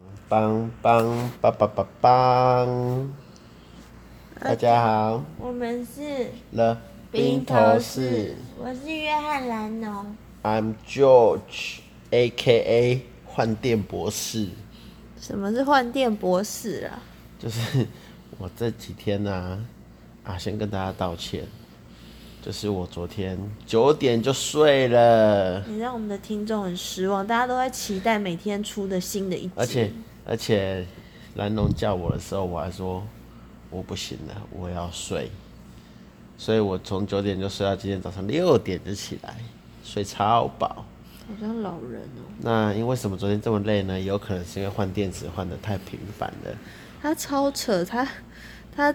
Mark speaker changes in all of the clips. Speaker 1: 梆梆梆梆梆梆。大家好，
Speaker 2: 我们是
Speaker 1: 了冰头士
Speaker 2: 我是约翰兰农，
Speaker 1: ，I'm George A.K.A 换电博士，
Speaker 2: 什么是换电博士啊？
Speaker 1: 就是我这几天呢、啊，先跟大家道歉，就是我昨天九点就睡了，
Speaker 2: 你让我们的听众很失望，大家都在期待每天出的新的一集，
Speaker 1: 而且而且蓝龙叫我的时候，我还说我不行了，我要睡，所以我从九点就睡到今天早上六点就起来，睡超饱。
Speaker 2: 好像老人哦、
Speaker 1: 那因为什么昨天这么累呢？有可能是因为换电池换的太频繁了。
Speaker 2: 他超扯，他他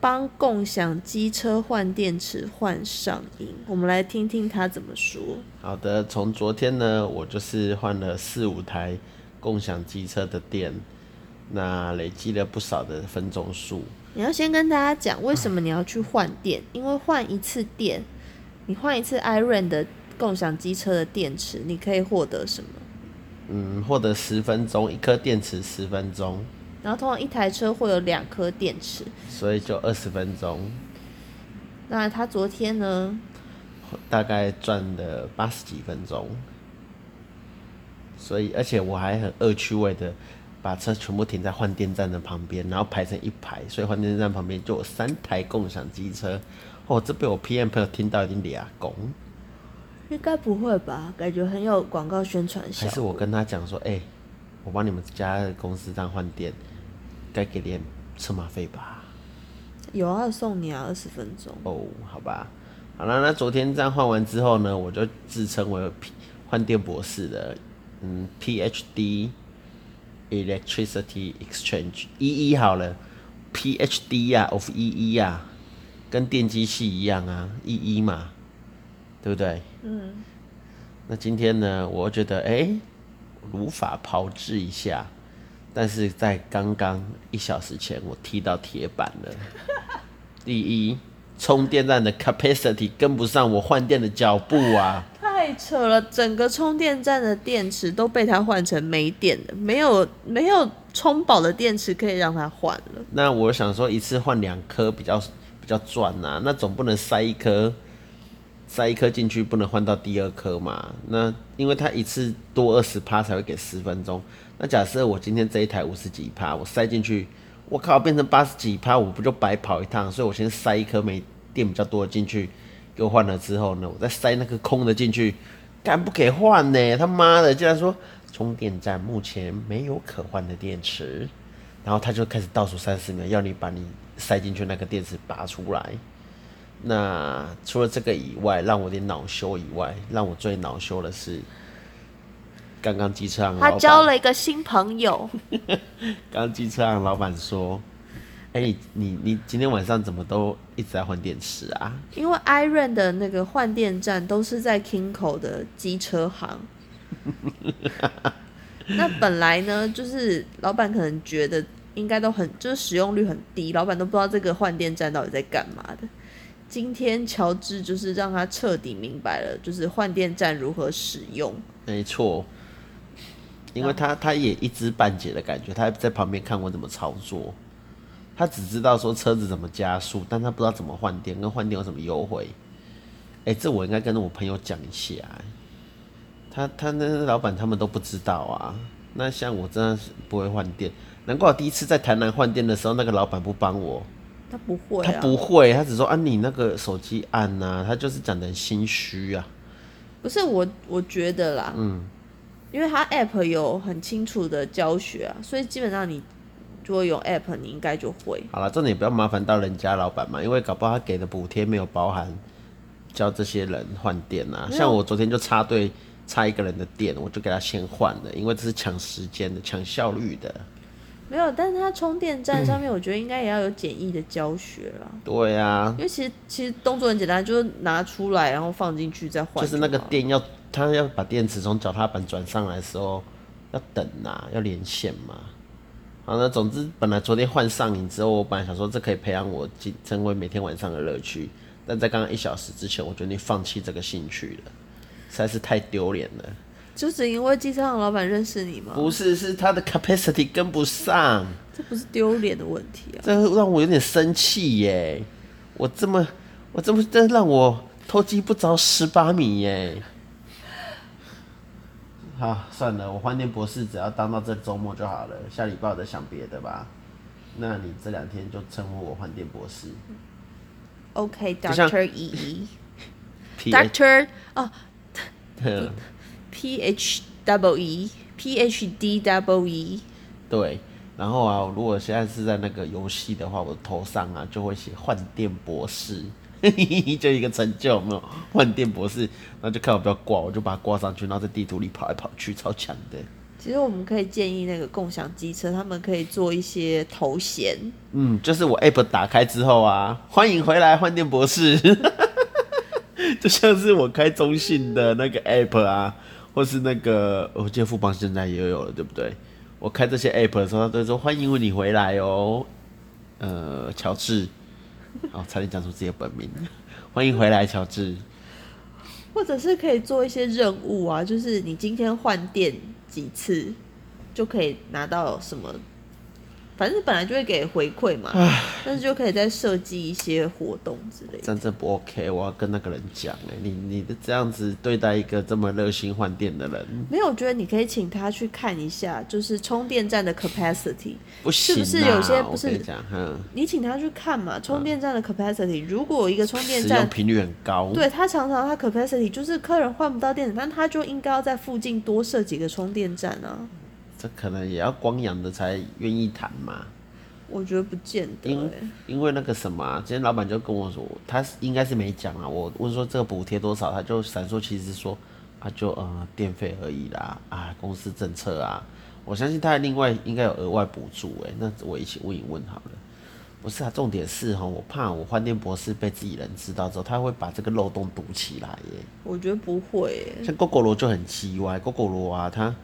Speaker 2: 帮共享机车换电池换上瘾，我们来听听他怎么说。
Speaker 1: 好的，从昨天呢，我就是换了四五台共享机车的电，那累积了不少的分钟数。
Speaker 2: 你要先跟大家讲为什么你要去换电，因为换一次电，你换一次 Iron 的共享机车的电池，你可以获得什么？
Speaker 1: 嗯，获得十分钟，一颗电池十分钟，
Speaker 2: 然后通常一台车会有两颗电池。
Speaker 1: 所以就二十分钟，
Speaker 2: 那他昨天呢？
Speaker 1: 大概赚了八十几分钟。所以，而且我还很恶趣味的，把车全部停在换电站的旁边，然后排成一排，所以换电站旁边就有三台共享机车。哦，这被我 PM 朋友听到已经俩拱，
Speaker 2: 应该不会吧？感觉很有广告宣传效
Speaker 1: 还是
Speaker 2: 果。
Speaker 1: 我跟他讲说，哎、我帮你们家的公司这样换电，该给点车马费吧。
Speaker 2: 有啊，送你啊，二十分钟。
Speaker 1: 哦，好吧，好了，那昨天这样换完之后呢，我就自称为 P 换电博士的，嗯，PhD Electricity Exchange E E 好了，PhD 呀、of E E 呀、跟电机系一样啊，E E 嘛，对不对？嗯。那今天呢，我觉得哎、诶如法炮制一下，但是在刚刚一小时前，我踢到铁板了。第一，充电站的 capacity 跟不上我换电的脚步啊！
Speaker 2: 太扯了，整个充电站的电池都被他换成没电的，没有没有充饱的电池可以让他换了。
Speaker 1: 那我想说，一次换两颗比较比较赚呐、那总不能塞一颗塞一颗进去，不能换到第二颗嘛？那因为它一次多二十趴才会给十分钟。那假设我今天这一台五十几趴，我塞进去，我靠，变成八十几趴，我不就白跑一趟？所以我先塞一颗没电比较多的进去，给我换了之后呢，我再塞那个空的进去，干不给换呢？他妈的，竟然说充电站目前没有可换的电池。然后他就开始倒数三十秒，要你把你塞进去那个电池拔出来。那除了这个以外，让我有点恼羞以外，让我最恼羞的是，刚刚机车行
Speaker 2: 他
Speaker 1: 老
Speaker 2: 交
Speaker 1: 板，
Speaker 2: 了一个新朋友，
Speaker 1: 刚刚机车行老板说：“哎、你你今天晚上怎么都一直在换电池啊？
Speaker 2: 因为 Iron 的那个换电站都是在 Kinko 的机车 行。那本来呢，就是老板可能觉得应该都很，就是使用率很低，老板都不知道这个换电站到底在干嘛的。今天乔治就是让他彻底明白了，就是换电站如何使用。
Speaker 1: 没错，因为他他也一知半解的感觉，他在旁边看我怎么操作。他只知道说车子怎么加速，但他不知道怎么换电，跟换电有什么优惠。哎、这我应该跟我朋友讲一下、他他那那老板他们都不知道啊。那像我真的是不会换电，难怪我第一次在台南换电的时候，那个老板不帮我。
Speaker 2: 他不会
Speaker 1: 他
Speaker 2: 啊，
Speaker 1: 不会，他只说啊你那个手机按呐、他就是讲的心虚啊。
Speaker 2: 不是我，我觉得啦，嗯，因为它 App 有很清楚的教学啊，所以基本上你如果有 App，你应该就会。
Speaker 1: 好了，重点不要麻烦到人家老板嘛，因为搞不好他给的补贴没有包含教这些人换电啊。像我昨天就插队插一个人的电，我就给他先换了，因为这是抢时间的、抢效率的。
Speaker 2: 没有，但是它充电
Speaker 1: 嗯
Speaker 2: 站上面，我觉得应该也要有简易的教学啦。
Speaker 1: 对啊，
Speaker 2: 因为其实其实动作很简单，就是拿出来，然后放进去再换好
Speaker 1: 就
Speaker 2: 了。
Speaker 1: 是那个电要他要把电池从脚踏板转上来的时候，要等啊，要连线嘛。好，那总之本来昨天换上瘾之后，我本来想说这可以培养我今成为每天晚上的乐趣，但在刚刚一小时之前，我决定放弃这个兴趣了，实在是太丢脸了。
Speaker 2: 就是因为机车行老板认识你吗？
Speaker 1: 不是，是他的 capacity 跟不上，
Speaker 2: 这不是丢脸的问题啊！
Speaker 1: 这让我有点生气耶。我这么，我这么，这让我偷鸡不着十八米耶。好，算了，我换电博士只要当到这周末就好了，下礼拜我再想别的吧。那你这两天就称呼我换电博士像
Speaker 2: OK，Doctor E E
Speaker 1: ，P H
Speaker 2: Doctor 啊，P H double E P H D double E，
Speaker 1: 对。然后啊，如果现在是在那个游戏的话，我头上啊就会写换电博士， 就一个成就有没有？换电博士，然后就看我不要挂，我就把它挂上去，然后在地图里跑来跑去，超强的。
Speaker 2: 其实我们可以建议那个共享机车，他们可以做一些头衔，
Speaker 1: 嗯，就是我 app 打开之后啊，欢迎回来换电博士， 就像是我开中信的那个 app 啊，或是那个我记得富邦现在也有了，对不对？我开这些 app 的时候，他都会说欢迎你回来哦，呃，乔治，好、差点讲出自己的本名， 欢迎回来，乔治。
Speaker 2: 或者是可以做一些任务啊，就是你今天换电几次，就可以拿到什么，反正本来就会给回馈嘛，但是就可以再设计一些活动之类
Speaker 1: 这
Speaker 2: 的。
Speaker 1: 样真不 OK，我要跟那个人讲哎、你你的这样子对待一个这么热心换电的人，
Speaker 2: 没有，我觉得你可以请他去看一下，就是充电站的 capacity。
Speaker 1: 不行、啊，
Speaker 2: 是不是有些不是
Speaker 1: 我跟你讲，哼，
Speaker 2: 你请他去看嘛，充电站的 capacity。如果一个充电
Speaker 1: 嗯使
Speaker 2: 站
Speaker 1: 用频率很高，
Speaker 2: 对他常常他 capacity 就是客人换不到电池，但他就应该要在附近多设几个充电站啊。
Speaker 1: 这可能也要光阳的才愿意谈嘛，
Speaker 2: 我觉得不见得、
Speaker 1: 因
Speaker 2: 欸。
Speaker 1: 因为那个什么啊、今天老板就跟我说，他是应该是没讲啊。我问说这个补贴多少，他就闪烁其词说，啊就呃电费而已啦，啊公司政策啊，我相信他另外应该有额外补助哎、那我一起问一问好了。不是啊，重点是哈，我怕我换电博士被自己人知道之后，他会把这个漏洞堵起来欸耶。
Speaker 2: 我觉得不会、欸。
Speaker 1: 像 GoGo 罗就很奇怪，GoGo 罗啊，它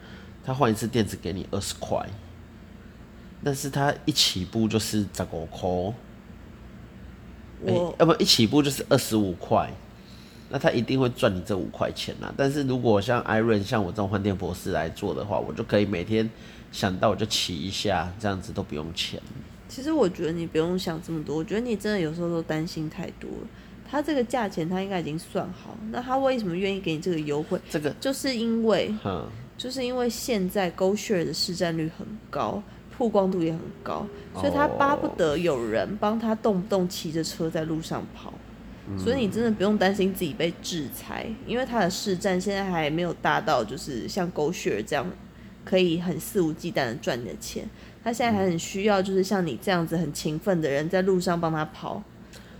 Speaker 1: 它换一次电池给你二十块，但是它一起步就是十五块，哎、
Speaker 2: 我
Speaker 1: 要不一起步就是二十五块，那他一定会赚你这五块钱啦。但是如果像 Iron 像我这种换电博士来做的话，我就可以每天想到我就骑一下，这样子都不用钱。
Speaker 2: 其实我觉得你不用想这么多，我觉得你真的有时候都担心太多了。他这个价钱他应该已经算好，那他为什么愿意给你这个优惠？
Speaker 1: 这个，
Speaker 2: 就是因为
Speaker 1: 嗯，
Speaker 2: 就是因为现在 GoShare 的市占率很高，曝光度也很高，所以他
Speaker 1: 哦
Speaker 2: 巴不得有人帮他动不动骑着车在路上跑。
Speaker 1: 嗯
Speaker 2: 所以你真的不用担心自己被制裁，因为他的市占现在还没有大到就是像 GoShare 这样可以很肆无忌惮的赚你的钱。他现在
Speaker 1: 嗯
Speaker 2: 还很需要就是像你这样子很勤奋的人在路上帮他跑。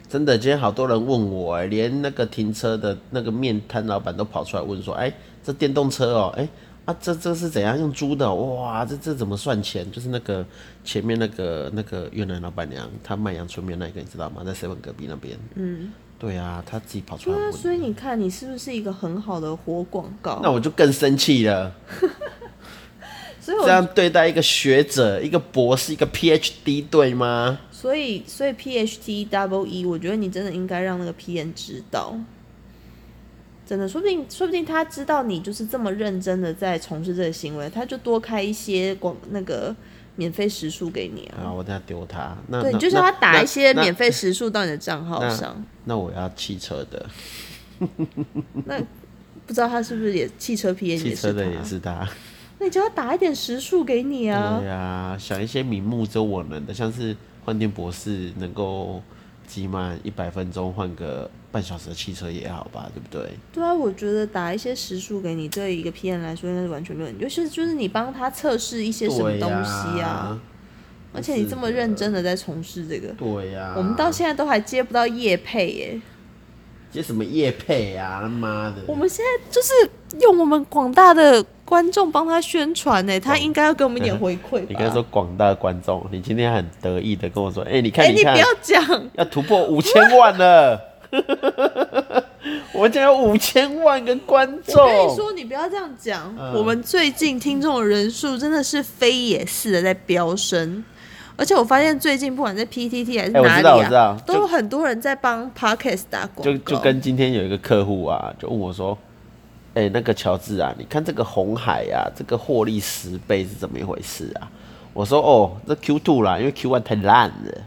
Speaker 1: 真的，今天好多人问我、哎，连那个停车的那个面摊老板都跑出来问说，哎、这电动车哦、哎、啊，这这是怎样用租的哦、哇，这这怎么算钱？就是那个前面那个那个越南老板娘，她卖阳春面那个，你知道吗？在 seven 隔壁那边。嗯，对啊，她自己跑出来
Speaker 2: 对啊，
Speaker 1: 问，
Speaker 2: 所以你看你是不是一个很好的活广告
Speaker 1: 那？我就更生气了。
Speaker 2: 所以我
Speaker 1: 这样对待一个学者、一个博士、一个 PhD 对吗？
Speaker 2: 所以，所以 PhD double E，我觉得你真的应该让那个 PM 知道。真的，说不定，说不定他知道你就是这么认真的在从事这个行为，他就多开一些广那个免费时数给你啊。
Speaker 1: 啊，我等下丢他。那
Speaker 2: 对，
Speaker 1: 那
Speaker 2: 你就叫他
Speaker 1: 那
Speaker 2: 打
Speaker 1: 那
Speaker 2: 一些
Speaker 1: 那
Speaker 2: 免费时数到你的账号上。
Speaker 1: 那我要汽车的，
Speaker 2: 不知道他是不是也汽车 PM
Speaker 1: 汽
Speaker 2: 也
Speaker 1: 车
Speaker 2: 是
Speaker 1: 的也
Speaker 2: 他？
Speaker 1: 是他。
Speaker 2: 那你叫他打一点时数给你啊
Speaker 1: 对。呀、想一些名目只有我能的，像是换电博士能够挤满一百分钟换个半小时的汽车也好吧，对不对？
Speaker 2: 对啊，我觉得打一些时数给你，对一个 PM 来说应该是完全没有问题，尤其是就是你帮他测试一些什么
Speaker 1: 对
Speaker 2: 东
Speaker 1: 呀
Speaker 2: 西啊。而且你这么认真的在从事这个，
Speaker 1: 对啊呀、
Speaker 2: 我们到现在都还接不到业配耶。
Speaker 1: 接什么业配啊？他妈的！
Speaker 2: 我们现在就是用我们广大的观众帮他宣传呢，他应该要给我们一 点回馈吧。
Speaker 1: 哦你刚才说广大的观众，你今天很得意的跟我说，哎、你看、
Speaker 2: 哎、你
Speaker 1: 看
Speaker 2: 不，要讲，
Speaker 1: 要突破五千万了。 我们竟然有五千万个观众，
Speaker 2: 我跟你说，你不要这样讲。
Speaker 1: 嗯
Speaker 2: 我们最近听众的人数真的是飞也似的在飙升。而且我发现最近不管在 PTT 还是
Speaker 1: 哎我
Speaker 2: 哪
Speaker 1: 知
Speaker 2: 里
Speaker 1: 道我知
Speaker 2: 啊，
Speaker 1: 道
Speaker 2: 都有很多人在帮 Podcast 打广告。
Speaker 1: 就就跟今天有一个客户啊，就问我说：“哎、那个乔治啊，你看这个红海啊，这个获利十倍是怎么一回事啊？我说哦，这 Q two 啦，因为 Q one 太烂了。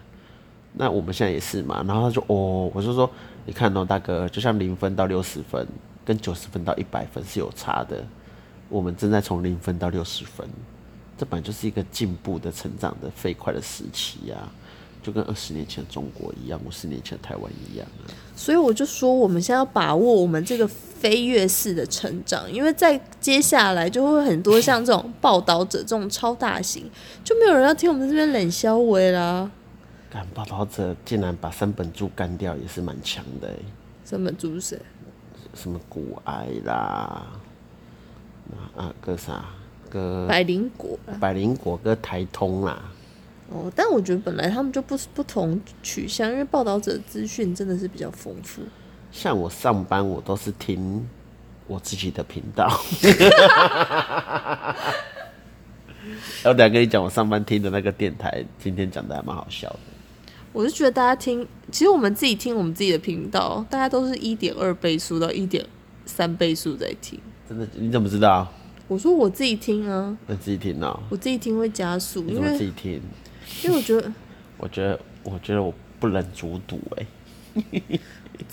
Speaker 1: 那我们现在也是嘛，然后他就哦，我就说你看哦，大哥，就像零分到六十分跟九十分到一百分是有差的，我们正在从零分到六十分，这本来就是一个进步的成长的飞快的时期呀、就跟二十年前的中国一样，五十年前的台湾一样啊。
Speaker 2: 所以我就说，我们现在要把握我们这个飞跃式的成长，因为在接下来就会很多像这种报道者这种超大型，就没有人要听我们这边冷消微啦。
Speaker 1: 干报道者竟然把三本柱干掉，也是蛮强的、欸，
Speaker 2: 什么猪谁？
Speaker 1: 什么骨癌啦，啊啊个啥个
Speaker 2: 百灵果啦。
Speaker 1: 百灵果跟台通啦，
Speaker 2: 哦，但我觉得本来他们就不不同取向，因为报道者资讯真的是比较丰富。
Speaker 1: 像我上班我都是听我自己的频道。 我等一下跟你讲，我上班听的那个电台，今天讲的还蛮好笑的。
Speaker 2: 我是觉得大家听，其实我们自己听我们自己的频道，大家都是一点二倍速到一点三倍速在听。
Speaker 1: 真的，你怎么知道？
Speaker 2: 我说我自己听啊，
Speaker 1: 你自己听哦、
Speaker 2: 我自己听会加速，
Speaker 1: 你
Speaker 2: 因
Speaker 1: 怎么
Speaker 2: 为
Speaker 1: 自己听？
Speaker 2: 因为我觉得
Speaker 1: 我觉得，我觉得我不忍卒睹哎、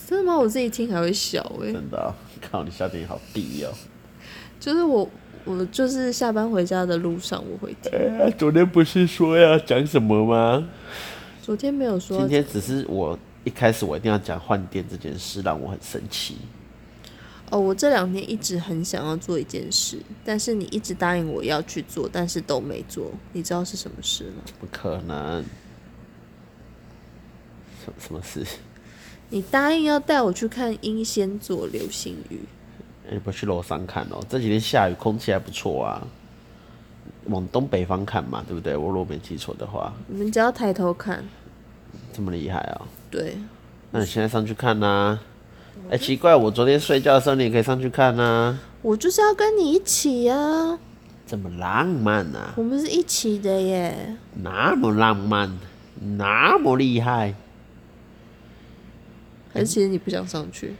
Speaker 2: 真的吗？我自己听还会欸笑诶、
Speaker 1: 真的哦、 靠，你笑点好低哦、
Speaker 2: 就是我我就是下班回家的路上我会听。
Speaker 1: 哎呀，昨天不是说要讲什么吗？
Speaker 2: 昨天没有说
Speaker 1: 今，天只是我一开始我一定要讲换电这件事，让我很生气。
Speaker 2: 哦，我这两天一直很想要做一件事，但是你一直答应我要去做，但是都没做，你知道是什么事吗？
Speaker 1: 不可能，什什么事？
Speaker 2: 你答应要带我去看英仙座流星雨，
Speaker 1: 哎你不去楼上看哦、这几天下雨，空气还不错啊。往东北方看嘛，对不对？我如果没记错的话，
Speaker 2: 你们只要抬头看，
Speaker 1: 这么厉害哦、
Speaker 2: 对，
Speaker 1: 那你现在上去看呐、哎、奇怪，我昨天睡觉的时候你也可以上去看呐、
Speaker 2: 我就是要跟你一起啊，
Speaker 1: 这么浪漫呐、
Speaker 2: 我们是一起的耶。
Speaker 1: 那么浪漫，那么厉害。
Speaker 2: 还
Speaker 1: 嗯
Speaker 2: 是其实你不想上去，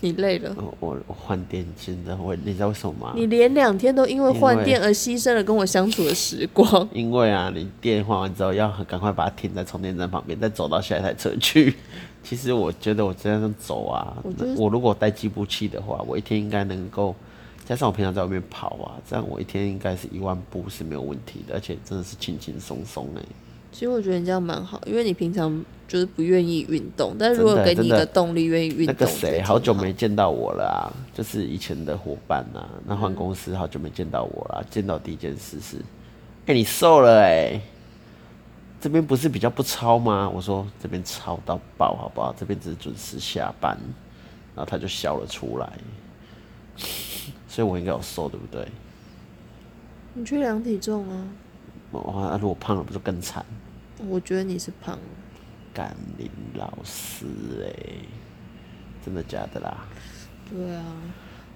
Speaker 2: 你累了，
Speaker 1: 哦我我我换电真的会，你知道为什么吗？
Speaker 2: 你连两天都因为换电
Speaker 1: 因。
Speaker 2: 而牺牲了跟我相处的时光
Speaker 1: 因为啊，你电换完之后要很赶快把它停在充电站旁边，再走到下一台车去。 其实我觉得我这样走啊，
Speaker 2: 我觉
Speaker 1: 那
Speaker 2: 得
Speaker 1: 我如果带计步器的话，我一天应该能够，加上我平常在外面跑啊，这样我一天应该是一万步是没有问题的，而且真的是轻轻松松哎。
Speaker 2: 其实我觉得你这样蛮好，因为你平常就是不愿意运动，但如
Speaker 1: 真
Speaker 2: 果
Speaker 1: 的
Speaker 2: 给你
Speaker 1: 真
Speaker 2: 一个
Speaker 1: 的
Speaker 2: 动力，愿意运
Speaker 1: 那个
Speaker 2: 动，我觉
Speaker 1: 谁
Speaker 2: 得
Speaker 1: 好久
Speaker 2: 挺
Speaker 1: 没见到我了啊，就是以前的伙伴啊，那换公司好久没见到我了啊、见到第一件事是，哎、你瘦了哎、这边不是比较不超吗？我说这边超到爆，好不好？这边只是准时下班，然后他就笑了出来，所以我应该有瘦，对不对？
Speaker 2: 你去量体重啊，
Speaker 1: 我我啊如果胖了不就更惨？
Speaker 2: 我觉得你是胖了。
Speaker 1: 甘霖老师哎、真的假的啦？
Speaker 2: 对啊，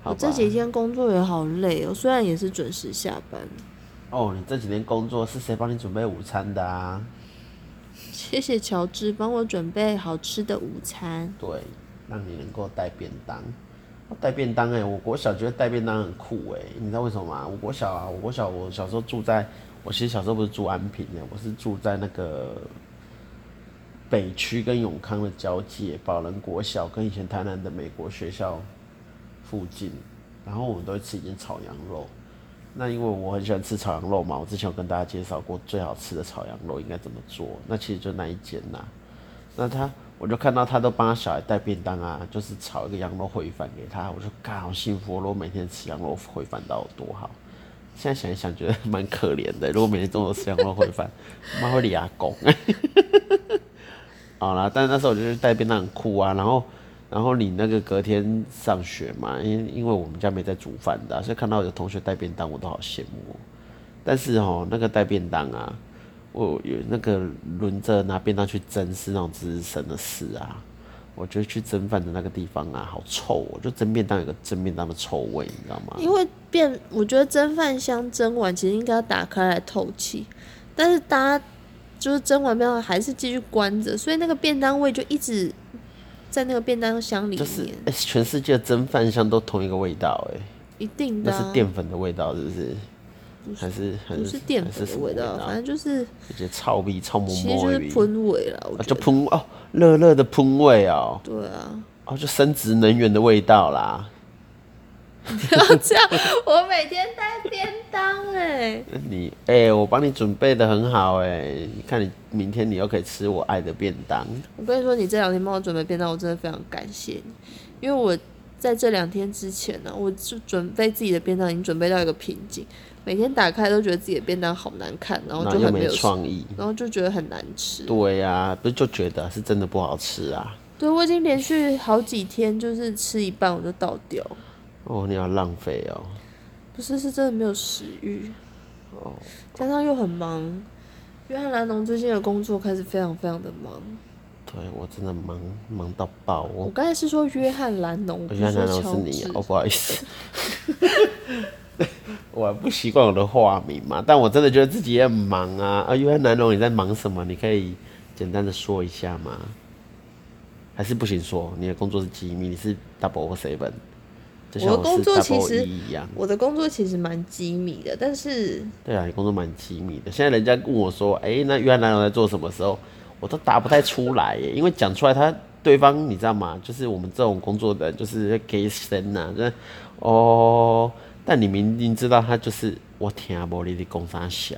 Speaker 1: 好
Speaker 2: 我
Speaker 1: 吧
Speaker 2: 这几天工作也好累哦，虽然也是准时下班，
Speaker 1: 哦，你这几天工作是谁帮你准备午餐的啊？
Speaker 2: 谢谢乔治帮我准备好吃的午餐。
Speaker 1: 对，让你能够带便当。哦带便当哎、我国小觉得带便当很酷哎、你知道为什么吗？我国小啊，我国小我小时候住在，我其实小时候不是住安平的、我是住在那个北区跟永康的交界，宝仁国小跟以前台南的美国学校附近，然后我们都会吃一间炒羊肉。那因为我很喜欢吃炒羊肉嘛，我之前有跟大家介绍过最好吃的炒羊肉应该怎么做，那其实就那一间呐、那他，我就看到他都帮他小孩带便当啊，就是炒一个羊肉烩饭给他，我就干好幸福哦，如果每天吃羊肉烩饭到底有多好。现在想一想，觉得蛮可怜的。如 果每天中午吃羊肉烩饭，妈会理阿公。 好啦，但那时候我就是带便当很酷啊，然后，然后你那个隔天上学嘛，因因为我们家没在煮饭的啊、所以看到有同学带便当，我都好羡慕哦。但是哦，那个带便当啊，我有那个轮着拿便当去蒸是那种值日生的事啊。我觉得去蒸饭的那个地方啊，好臭、哦，就蒸便当有个蒸便当的臭味，你知道吗？
Speaker 2: 因为变，我觉得蒸饭箱蒸完其实应该要打开来透气，但是大家就是蒸完便当还是继续关着，所以那个便当味就一直在那个便当箱里面，
Speaker 1: 就是、欸全世界的蒸饭箱都同一个味道、欸，哎，
Speaker 2: 一定的、
Speaker 1: 那
Speaker 2: 啊，
Speaker 1: 是淀粉的味道，是不是？还是还
Speaker 2: 不
Speaker 1: 是
Speaker 2: 是淀粉的味道，
Speaker 1: 道，
Speaker 2: 反正就是
Speaker 1: 而且臭味臭摸
Speaker 2: 其实
Speaker 1: 摸的
Speaker 2: 就是
Speaker 1: 味，
Speaker 2: 喷味了，我
Speaker 1: 啊
Speaker 2: 觉
Speaker 1: 就
Speaker 2: 得。
Speaker 1: 喷哦，热热的喷味哦，
Speaker 2: 对啊，
Speaker 1: 哦就生殖能源的味道啦。
Speaker 2: 不要这样，我每天带便当哎、
Speaker 1: 你哎、我帮你准备的很好哎、你看你明天你又可以吃我爱的便当，
Speaker 2: 我跟你说，你这两天帮我准备便当，我真的非常感谢你，因为我在这两天之前呢，我就准备自己的便当已经准备到一个瓶颈，每天打开都觉得自己的便当好难看，然后
Speaker 1: 然后
Speaker 2: 就
Speaker 1: 又
Speaker 2: 很没
Speaker 1: 没
Speaker 2: 有，
Speaker 1: 创意。
Speaker 2: 然后就觉得很难吃。
Speaker 1: 对呀、不是就觉得是真的不好吃啊？
Speaker 2: 对，我已经连续好几天就是吃一半我就倒掉，
Speaker 1: 哦，你好浪费哦。
Speaker 2: 不是是真的没有食欲，
Speaker 1: 哦
Speaker 2: 加上又很忙。约翰兰农最近的工作开始非常非常的忙。
Speaker 1: 对我真的忙忙到爆，
Speaker 2: 我
Speaker 1: 我
Speaker 2: 刚才是说约翰兰农，
Speaker 1: 我
Speaker 2: 不
Speaker 1: 觉
Speaker 2: 是
Speaker 1: 得
Speaker 2: 说
Speaker 1: 难道
Speaker 2: 乔
Speaker 1: 是你
Speaker 2: 治
Speaker 1: 啊。哦，不好意思， 我还不习惯我的化名嘛，但我真的觉得自己也很忙啊。啊，约翰南龙，你在忙什么？你可以简单的说一下吗？还是不行说？你的工作是机密，你是 double seven，就像
Speaker 2: 我的工
Speaker 1: 是
Speaker 2: 作其
Speaker 1: double
Speaker 2: 实
Speaker 1: 一一样。
Speaker 2: 我的工作其实蛮机密的，但是
Speaker 1: 对啊，你工作蛮机密的。现在人家问我说：“哎、那约翰南龙在做什么时候？”我都答不太出来耶，因为讲出来他对方你知道吗？就是我们这种工作的人，就是给神呐、就是哦。但你明明知道他就是我听不你的工商小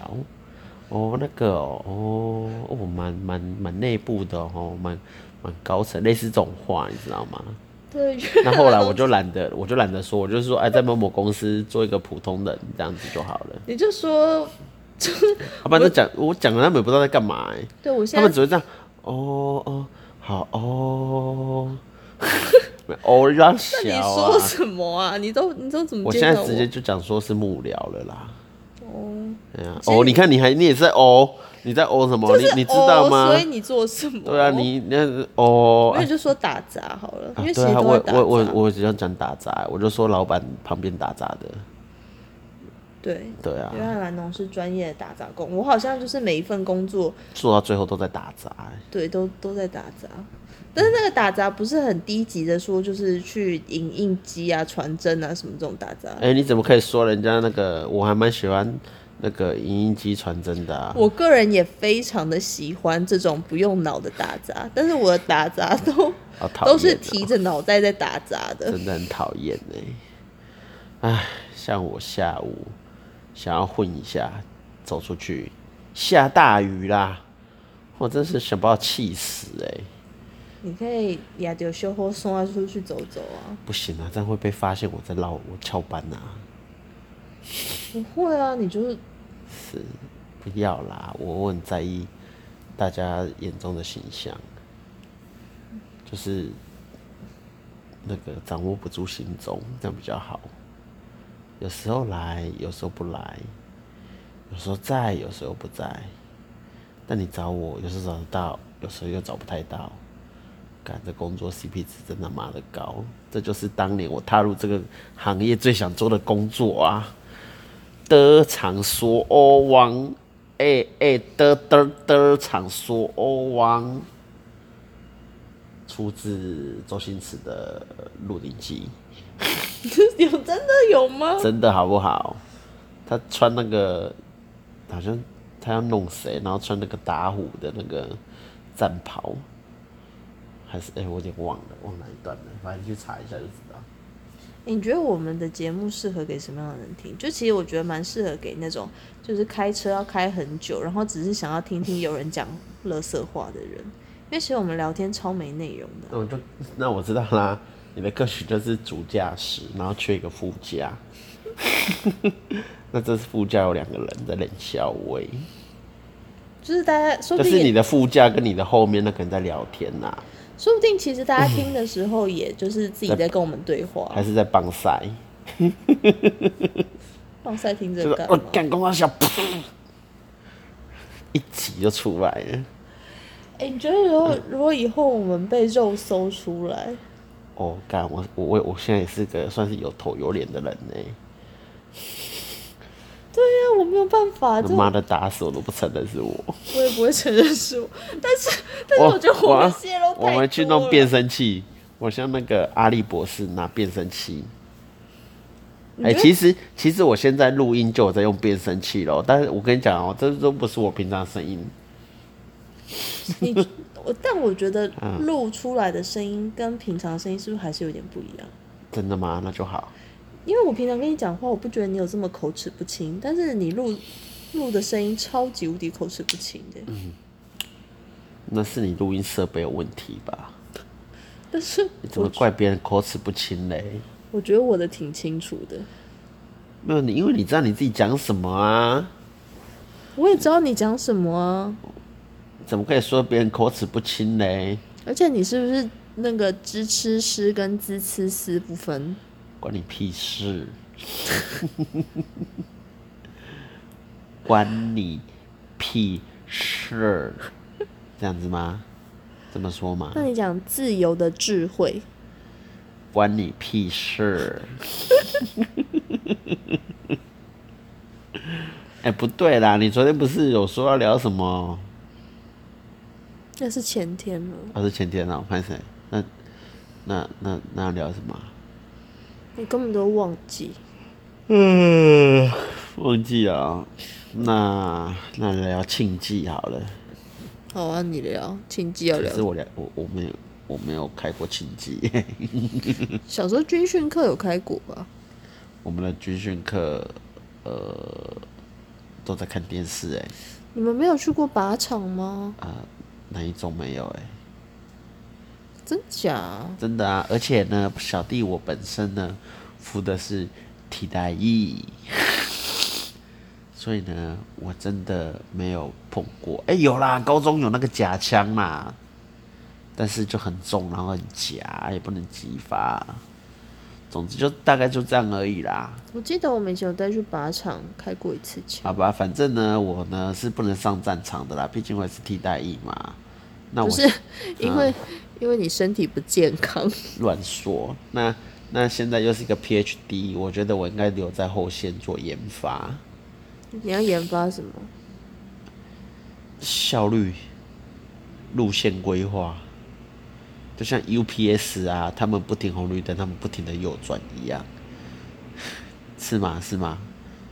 Speaker 1: 哦，那个哦哦，哦蛮蛮蛮内部的哦，蛮蛮高层，类似这种话，你知道吗？
Speaker 2: 对，
Speaker 1: 那后来我就懒得，我就懒得说，我就说哎，在某某公司做一个普通人这样子就好了。
Speaker 2: 你就说，
Speaker 1: 要啊不然就讲我讲了，他们也不知道在干嘛、欸，
Speaker 2: 对我现
Speaker 1: 他们
Speaker 2: 在
Speaker 1: 只会这样，哦哦，好 哦，没哦让小
Speaker 2: 你
Speaker 1: 啊
Speaker 2: 说，什么啊？你都你都怎么
Speaker 1: 我
Speaker 2: 接
Speaker 1: 现
Speaker 2: 受
Speaker 1: 在
Speaker 2: 我？
Speaker 1: 直接就讲说是幕僚了啦，
Speaker 2: 哦，
Speaker 1: 哎呀、
Speaker 2: 其实
Speaker 1: 哦，你看你还你也是在哦，你在哦什么？
Speaker 2: 就是
Speaker 1: 你你知道
Speaker 2: 哦
Speaker 1: 吗
Speaker 2: 所？以你做什么？
Speaker 1: 对啊，你那哦，
Speaker 2: 没有就说打杂好了，
Speaker 1: 啊
Speaker 2: 因为其
Speaker 1: 对
Speaker 2: 实
Speaker 1: 啊，
Speaker 2: 都
Speaker 1: 我
Speaker 2: 会打杂。
Speaker 1: 我我我只想讲打杂，我就说老板旁边打杂的，
Speaker 2: 对，
Speaker 1: 对啊
Speaker 2: 约，翰兰农是专业的打杂工，我好像就是每一份工作
Speaker 1: 做到最后都在打杂、欸
Speaker 2: 对都都在打杂。但是那个打杂不是很低级的，说就是去影印机啊、传真啊什么这种打杂。
Speaker 1: 哎、你怎么可以说人家那个？我还蛮喜欢那个影音机传真的、啊。
Speaker 2: 我个人也非常的喜欢这种不用脑的打杂，但是我的打杂都
Speaker 1: 好 讨厌、
Speaker 2: 都
Speaker 1: 哦
Speaker 2: 是提着脑袋在打杂的。
Speaker 1: 真的很讨厌哎。唉，像我下午想要混一下，走出去，下大雨啦，我真是想把我气死哎、
Speaker 2: 你可以亚丢修或送他出去走走啊。
Speaker 1: 不行啊，这样会被发现我在绕我翘班呐、啊。
Speaker 2: 不会啊，你就是
Speaker 1: 不要啦，我我很在意大家眼中的形象，就是那个掌握不住行踪，这样比较好。有时候来，有时候不来，有时候在，有时候不在。但你找我，有时候找得到，有时候又找不太到。干这工作 CP 值真他妈的高，这就是当年我踏入这个行业最想做的工作啊！的常说哦王，哎哎的的的常说哦王，出自周星驰的《鹿鼎记
Speaker 2: 有真的有吗》，？
Speaker 1: 真的好不好？他穿那个好像他要弄谁，然后穿那个打虎的那个战袍，还是哎、我有点忘了，忘哪一段了，反正你去查一下就知道。
Speaker 2: 你觉得我们的节目适合给什么样的人听？就其实我觉得蛮适合给那种就是开车要开很久，然后只是想要听听有人讲垃圾话的人，因为其实我们聊天超没内容的。
Speaker 1: 那我就那我知道啦，你的歌曲就是主驾驶，然后缺一个副驾。 那这是副驾有两个人在冷笑喂，
Speaker 2: 就是大家说
Speaker 1: 就
Speaker 2: 不定
Speaker 1: 是
Speaker 2: 也
Speaker 1: 你的副驾跟你的后面那个人在聊天呐、
Speaker 2: 说不定其实大家听的时候，也就是自己在跟我们对话
Speaker 1: 嗯还。是在棒赛，
Speaker 2: 放赛听
Speaker 1: 就
Speaker 2: 着
Speaker 1: 是
Speaker 2: 干
Speaker 1: 我
Speaker 2: 嘛？
Speaker 1: 干公他小，噗一挤就出来了。
Speaker 2: 哎、你觉得如果如果以后我们被肉搜出来，
Speaker 1: 哦，干我我我我现在也是个算是有头有脸的人呢、
Speaker 2: 对呀、啊我没有办法，
Speaker 1: 他
Speaker 2: 这
Speaker 1: 妈
Speaker 2: 我
Speaker 1: 的打死我都不承认是我。
Speaker 2: 也不会承认是我。但 是，但是我觉得
Speaker 1: 我
Speaker 2: 我们
Speaker 1: 要
Speaker 2: 泄露太多
Speaker 1: 我
Speaker 2: 了。
Speaker 1: 们去弄变声器，我像那个阿力博士拿变声器。
Speaker 2: 你
Speaker 1: 哎、
Speaker 2: 觉得
Speaker 1: 其实其实我现在录音就有在用变声器咯，但是我跟你讲哦、这都不是我平常声音。
Speaker 2: 你我，但我 觉得
Speaker 1: 嗯
Speaker 2: 录出来的声音跟平常声音是不是还是有点不一样？
Speaker 1: 真的吗？那就好。
Speaker 2: 因为我平常跟你讲话，我不觉得你有这么口齿不清，但是你录录的声音超级无敌口齿不清的。
Speaker 1: 嗯那是你录音设备有问题吧？
Speaker 2: 但是
Speaker 1: 你怎么
Speaker 2: 我
Speaker 1: 怪别人口齿不清嘞？
Speaker 2: 我觉得我的挺清楚的，
Speaker 1: 没有你，因为你知道你自己讲什么啊？
Speaker 2: 我也知道你讲什么啊。
Speaker 1: 怎么可以说别人口齿不清嘞？
Speaker 2: 而且你是不是那个知吃诗跟知吃思不分？
Speaker 1: 关你屁事！关你屁事！这样子吗？这么说吗
Speaker 2: 那？你讲自由的智慧，
Speaker 1: 关你屁事！ 哎、不对啦，你昨天不是有说要聊什么？
Speaker 2: 那是前天吗？
Speaker 1: 啊，是前天啊，潘谁？那那那那要聊什么啊？
Speaker 2: 我根本都忘记。
Speaker 1: 嗯，忘记了啊、那那聊庆忌好了。
Speaker 2: 好啊，你聊，请记要
Speaker 1: 可是
Speaker 2: 聊。
Speaker 1: 我聊我我没有我没有开过庆忌，
Speaker 2: 小时候军训课有开过吧？
Speaker 1: 我们的军训课呃都在看电视哎、
Speaker 2: 你们没有去过靶场吗？
Speaker 1: 啊哪一种没有哎、
Speaker 2: 真假？
Speaker 1: 真的啊！而且呢，小弟我本身呢服的是替代役，所以呢我真的没有碰过。哎、有啦，高中有那个假枪啦，但是就很重，然后很夹，也不能激发。总之就大概就这样而已啦。
Speaker 2: 我记得我们以前有带去靶场开过一次枪，
Speaker 1: 好吧，反正呢，我呢是不能上战场的啦，毕竟我也是替代役嘛。那我
Speaker 2: 不 是因为、因为你身体不健康，
Speaker 1: 乱说。那那现在又是一个 PhD，我觉得我应该留在后线做研发，
Speaker 2: 你要研发什么？
Speaker 1: 效率、路线规划，就像 UPS 啊，他们不停红绿灯，他们不停的右转一样， 是吗？是吗？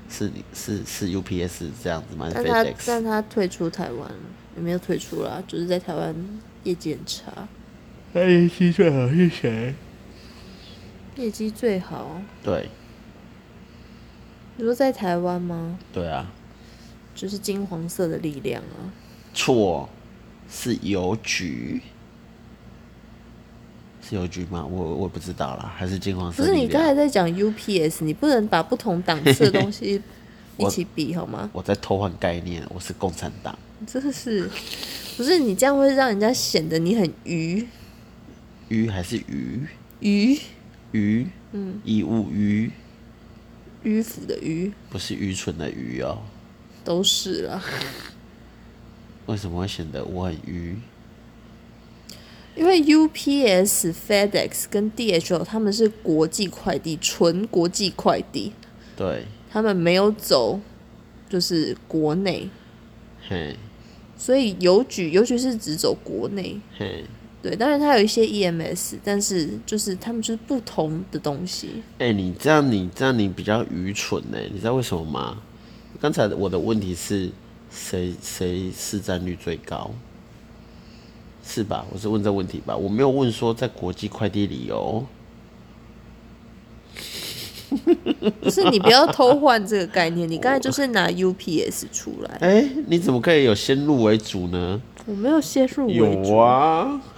Speaker 1: 是你是是 UPS 这样子吗
Speaker 2: 但他
Speaker 1: ？FedEx
Speaker 2: 但他退出台湾了，也没有退出啦，就是在台湾业绩很差，
Speaker 1: 那一期最好是谁？
Speaker 2: 业绩最好。
Speaker 1: 对
Speaker 2: 你说在台湾吗？
Speaker 1: 对啊，
Speaker 2: 就是金黄色的力量啊，
Speaker 1: 错，是邮局，是邮局吗？我我也不知道啦，还是金黄色
Speaker 2: 不
Speaker 1: 力
Speaker 2: 是
Speaker 1: 量？
Speaker 2: 你刚才在讲 UPS，你不能把不同档次的东 西一起比好吗？
Speaker 1: 我在偷换概念，我是共产党，
Speaker 2: 你真的是，不是你这样会让人家显得你很愚
Speaker 1: 鱼还是鱼？
Speaker 2: 愚
Speaker 1: 鱼，嗯，义务鱼，
Speaker 2: 迂腐的愚，
Speaker 1: 不是愚蠢的愚哦。
Speaker 2: 都是啦。
Speaker 1: 为什么会显得我很愚？
Speaker 2: 因为 UPS、FedEx 跟 DHL 他们是国际快递，纯国际快递，
Speaker 1: 对，
Speaker 2: 他们没有走就是国内，
Speaker 1: 嘿，
Speaker 2: 所以邮局邮局是只走国内。
Speaker 1: 嘿，
Speaker 2: 对，当然它有一些 EMS，但是就是他们就是不同的东西。
Speaker 1: 哎、你这样你这样你比较愚蠢呢、你知道为什么吗？刚才我的问题是谁谁市占率最高？是吧？我是问这问题吧，我没有问说在国际快递里哦。
Speaker 2: 不是你不要偷换这个概念，你刚才就是拿 UPS 出来，
Speaker 1: 哎、你怎么可以有先入为主呢？
Speaker 2: 我没有先入为主。
Speaker 1: 有啊。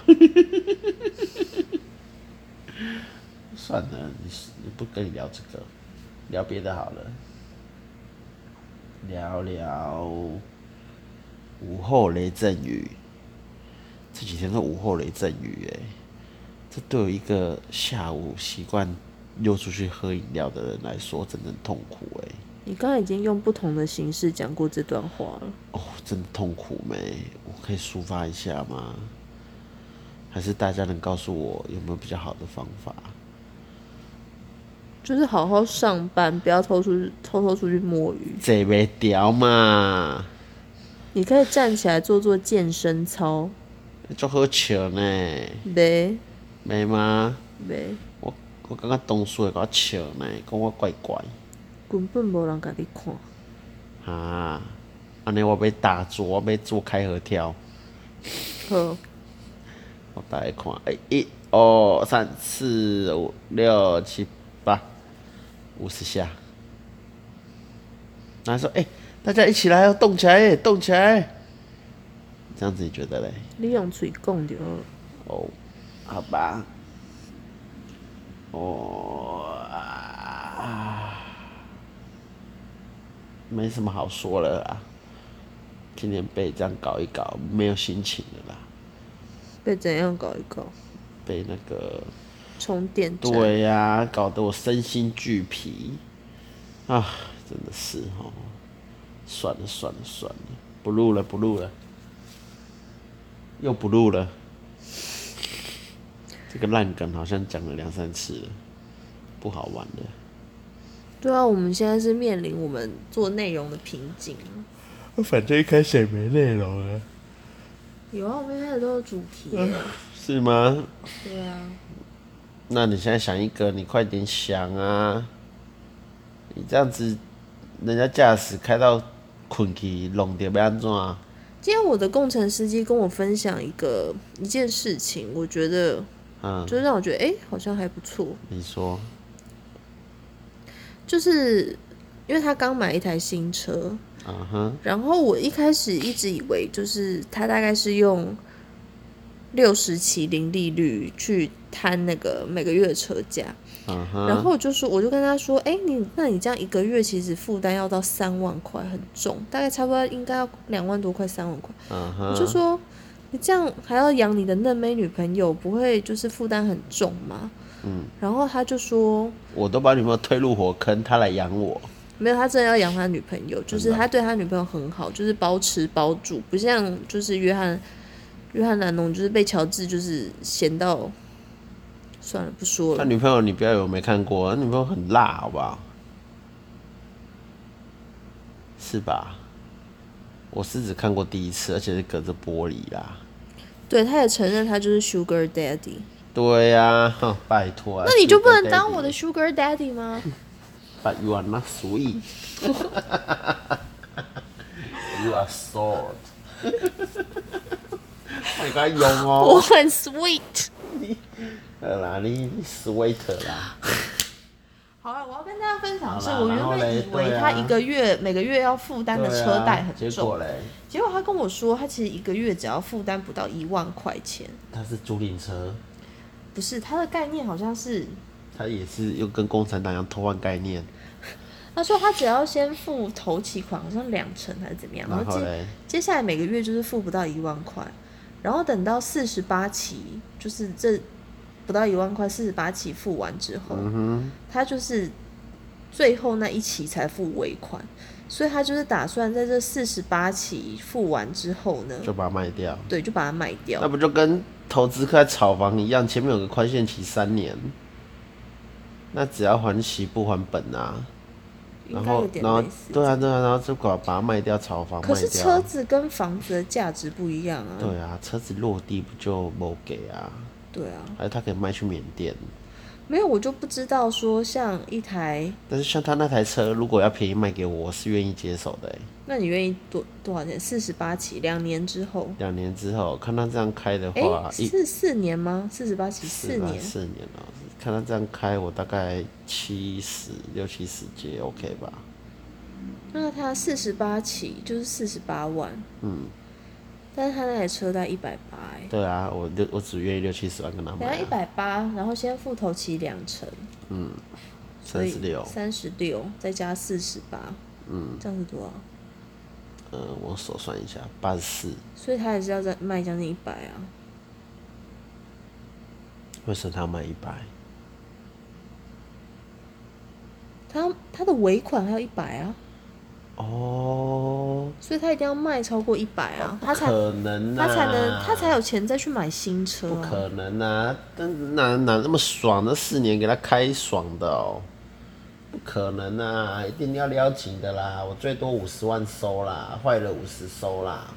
Speaker 1: 算了，你你不跟你聊这个，聊别的好了。聊聊午后雷阵雨，这几天都午后雷阵雨哎、这对我一个下午习惯溜出去喝饮料的人来说，真的很痛苦哎、
Speaker 2: 你刚才已经用不同的形式讲过这段话了。
Speaker 1: 哦，真的痛苦没？我可以抒发一下吗？还是大家能告诉我有没有比较好的方法？
Speaker 2: 就是好好上班，不要偷出去偷偷出去摸鱼。
Speaker 1: 这袂掉嘛，
Speaker 2: 你可以站起来做做健身操，
Speaker 1: 足好笑呢，
Speaker 2: 呗
Speaker 1: 袂吗？
Speaker 2: 呗，
Speaker 1: 我我感觉同事会甲我笑呢，讲我怪怪，
Speaker 2: 根本无人甲你看。
Speaker 1: 啊，安尼我要打坐，我要做开合跳，
Speaker 2: 好，
Speaker 1: 我大家看，诶、一、二、三、四、五、六、七、八，五十下。然后说，诶、哎大家一起来哦，动起来，动起来，这样子你觉得嘞？
Speaker 2: 你用嘴讲就好了。
Speaker 1: 哦，好吧。哦，啊，没什么好说了啦。今天被这样搞一搞，没有心情了啦。
Speaker 2: 被怎样搞一搞？
Speaker 1: 被那个，
Speaker 2: 充电站。
Speaker 1: 对呀、搞得我身心俱疲啊，真的是哦。算了算了算了，不录了不录了，又不录了。这个烂梗好像讲了两三次了，不好玩的。
Speaker 2: 对啊，我们现在是面临我们做内容的瓶颈。
Speaker 1: 反正一开始也没内容啊。
Speaker 2: 有啊，我们一开始都有主题啊。
Speaker 1: 是吗？
Speaker 2: 对啊，
Speaker 1: 那你现在想一个，你快点想啊！你这样子，人家驾驶开到困去，弄掉要安怎啊？
Speaker 2: 今天我的工程司机跟我分享一个一件事情，我觉得
Speaker 1: 嗯，
Speaker 2: 就让我觉得哎、诶好像还不错。
Speaker 1: 你说，
Speaker 2: 就是因为他刚买一台新车，
Speaker 1: 嗯哼，
Speaker 2: 然后我一开始一直以为就是他大概是用六十起零利率去摊那个每个月的车价，
Speaker 1: 嗯哼，
Speaker 2: 然后我就说，我就跟他说，哎、你那你这样一个月其实负担要到三万块，很重，大概差不多应该要两万多块，三万块。
Speaker 1: 嗯
Speaker 2: 我
Speaker 1: 哼，
Speaker 2: 就说，你这样还要养你的嫩妹女朋友，不会就是负担很重吗？嗯。然后他就说，
Speaker 1: 我都把女朋友推入火坑，她来养我，
Speaker 2: 没有，他真的要养他女朋友，就是他对他女朋友很好，就是包吃包住，不像就是约翰约翰兰农就是被乔治就是嫌到，算了不说
Speaker 1: 他
Speaker 2: 了，
Speaker 1: 女朋友你不要以为我没看过，他女朋友很辣，好不好？是吧？我是只看过第一次，而且是隔着玻璃啦。
Speaker 2: 对，他也承认他就是 Sugar Daddy，
Speaker 1: 对呀、哼拜托啊。
Speaker 2: 那你就不
Speaker 1: Sugar
Speaker 2: 能当我
Speaker 1: Daddy
Speaker 2: 的 Sugar Daddy 吗？
Speaker 1: 嗯 But you are not sweet. you are sold. 你该用
Speaker 2: 我
Speaker 1: 哦。
Speaker 2: 很 sweet。
Speaker 1: 好啦，你你 sweet 啦。
Speaker 2: 好啊了，我要跟大家分享的是，
Speaker 1: 好啦
Speaker 2: 我原
Speaker 1: 然后
Speaker 2: 本
Speaker 1: 嘞
Speaker 2: 以为
Speaker 1: 对啊
Speaker 2: 他一个月每个月要负担的车贷很
Speaker 1: 对啊结
Speaker 2: 重
Speaker 1: 果，嘞，
Speaker 2: 结果他跟我说，他其实一个月只要负担不到一万块钱，
Speaker 1: 他是租赁车，
Speaker 2: 不是他的概念好像是
Speaker 1: 他也是又跟共产党一样偷换概念。
Speaker 2: 他说他只要先付头期款，好像两成还是怎么样，然
Speaker 1: 然
Speaker 2: 后
Speaker 1: 后
Speaker 2: 接
Speaker 1: 嘞，
Speaker 2: 接下来每个月就是付不到一万块，然后等到四十八期，就是这不到一万块，四十八期付完之后，
Speaker 1: 嗯
Speaker 2: 他就是最后那一期才付尾款，所以他就是打算在这四十八期付完之后呢，
Speaker 1: 就把它卖掉。
Speaker 2: 对，就把它卖掉
Speaker 1: 那。不就跟投资客在炒房一样，前面有个宽限期三年，那只要还息不还本啊。
Speaker 2: 应
Speaker 1: 然
Speaker 2: 该有
Speaker 1: 后，
Speaker 2: 点
Speaker 1: 然后
Speaker 2: 类似。
Speaker 1: 对啊，对啊，然后就把把它卖掉，炒房卖
Speaker 2: 可
Speaker 1: 掉。啊
Speaker 2: 是车子跟房子的价值不一样啊。
Speaker 1: 对啊，车子落地不就没给啊？
Speaker 2: 对啊，
Speaker 1: 还有他可以卖去缅甸，
Speaker 2: 没有我就不知道说像一台，
Speaker 1: 但是像他那台车，如果要便宜卖给我，我是愿意接手的欸。
Speaker 2: 那你愿意多多少钱？四十八期，两年之后，
Speaker 1: 两年之后看他这样开的
Speaker 2: 哎、
Speaker 1: 话，一
Speaker 2: 是四年吗？四十八期四
Speaker 1: 吧
Speaker 2: 年，
Speaker 1: 四年了，看他这样开，我大概七十六七十接 OK 吧？
Speaker 2: 那他四十八期就是四十八万，嗯，但是他那台车贷一百八，哎，
Speaker 1: 对啊，我六我只愿意六七十万跟他
Speaker 2: 等下
Speaker 1: 买
Speaker 2: 一
Speaker 1: 啊，
Speaker 2: 百八，然后先付头期两成，所
Speaker 1: 三
Speaker 2: 以
Speaker 1: 十六，
Speaker 2: 三十六再加四十八，嗯，这样是多少？
Speaker 1: 嗯，我手算一下，八十四，
Speaker 2: 所以他也是要再卖将近一百啊，
Speaker 1: 为什么他要卖一百？
Speaker 2: 他他的尾款还有一百啊，
Speaker 1: 哦，
Speaker 2: 所以他一定要卖超过一百啊，他才
Speaker 1: 可能啊，
Speaker 2: 他才能他才有钱再去买新车、
Speaker 1: 不
Speaker 2: 啊。
Speaker 1: 可能啊！但哪哪那么爽？那四年给他开爽的哦、不可能啊，一定要邀请的啦，我最多五十万收啦，坏了五十收啦。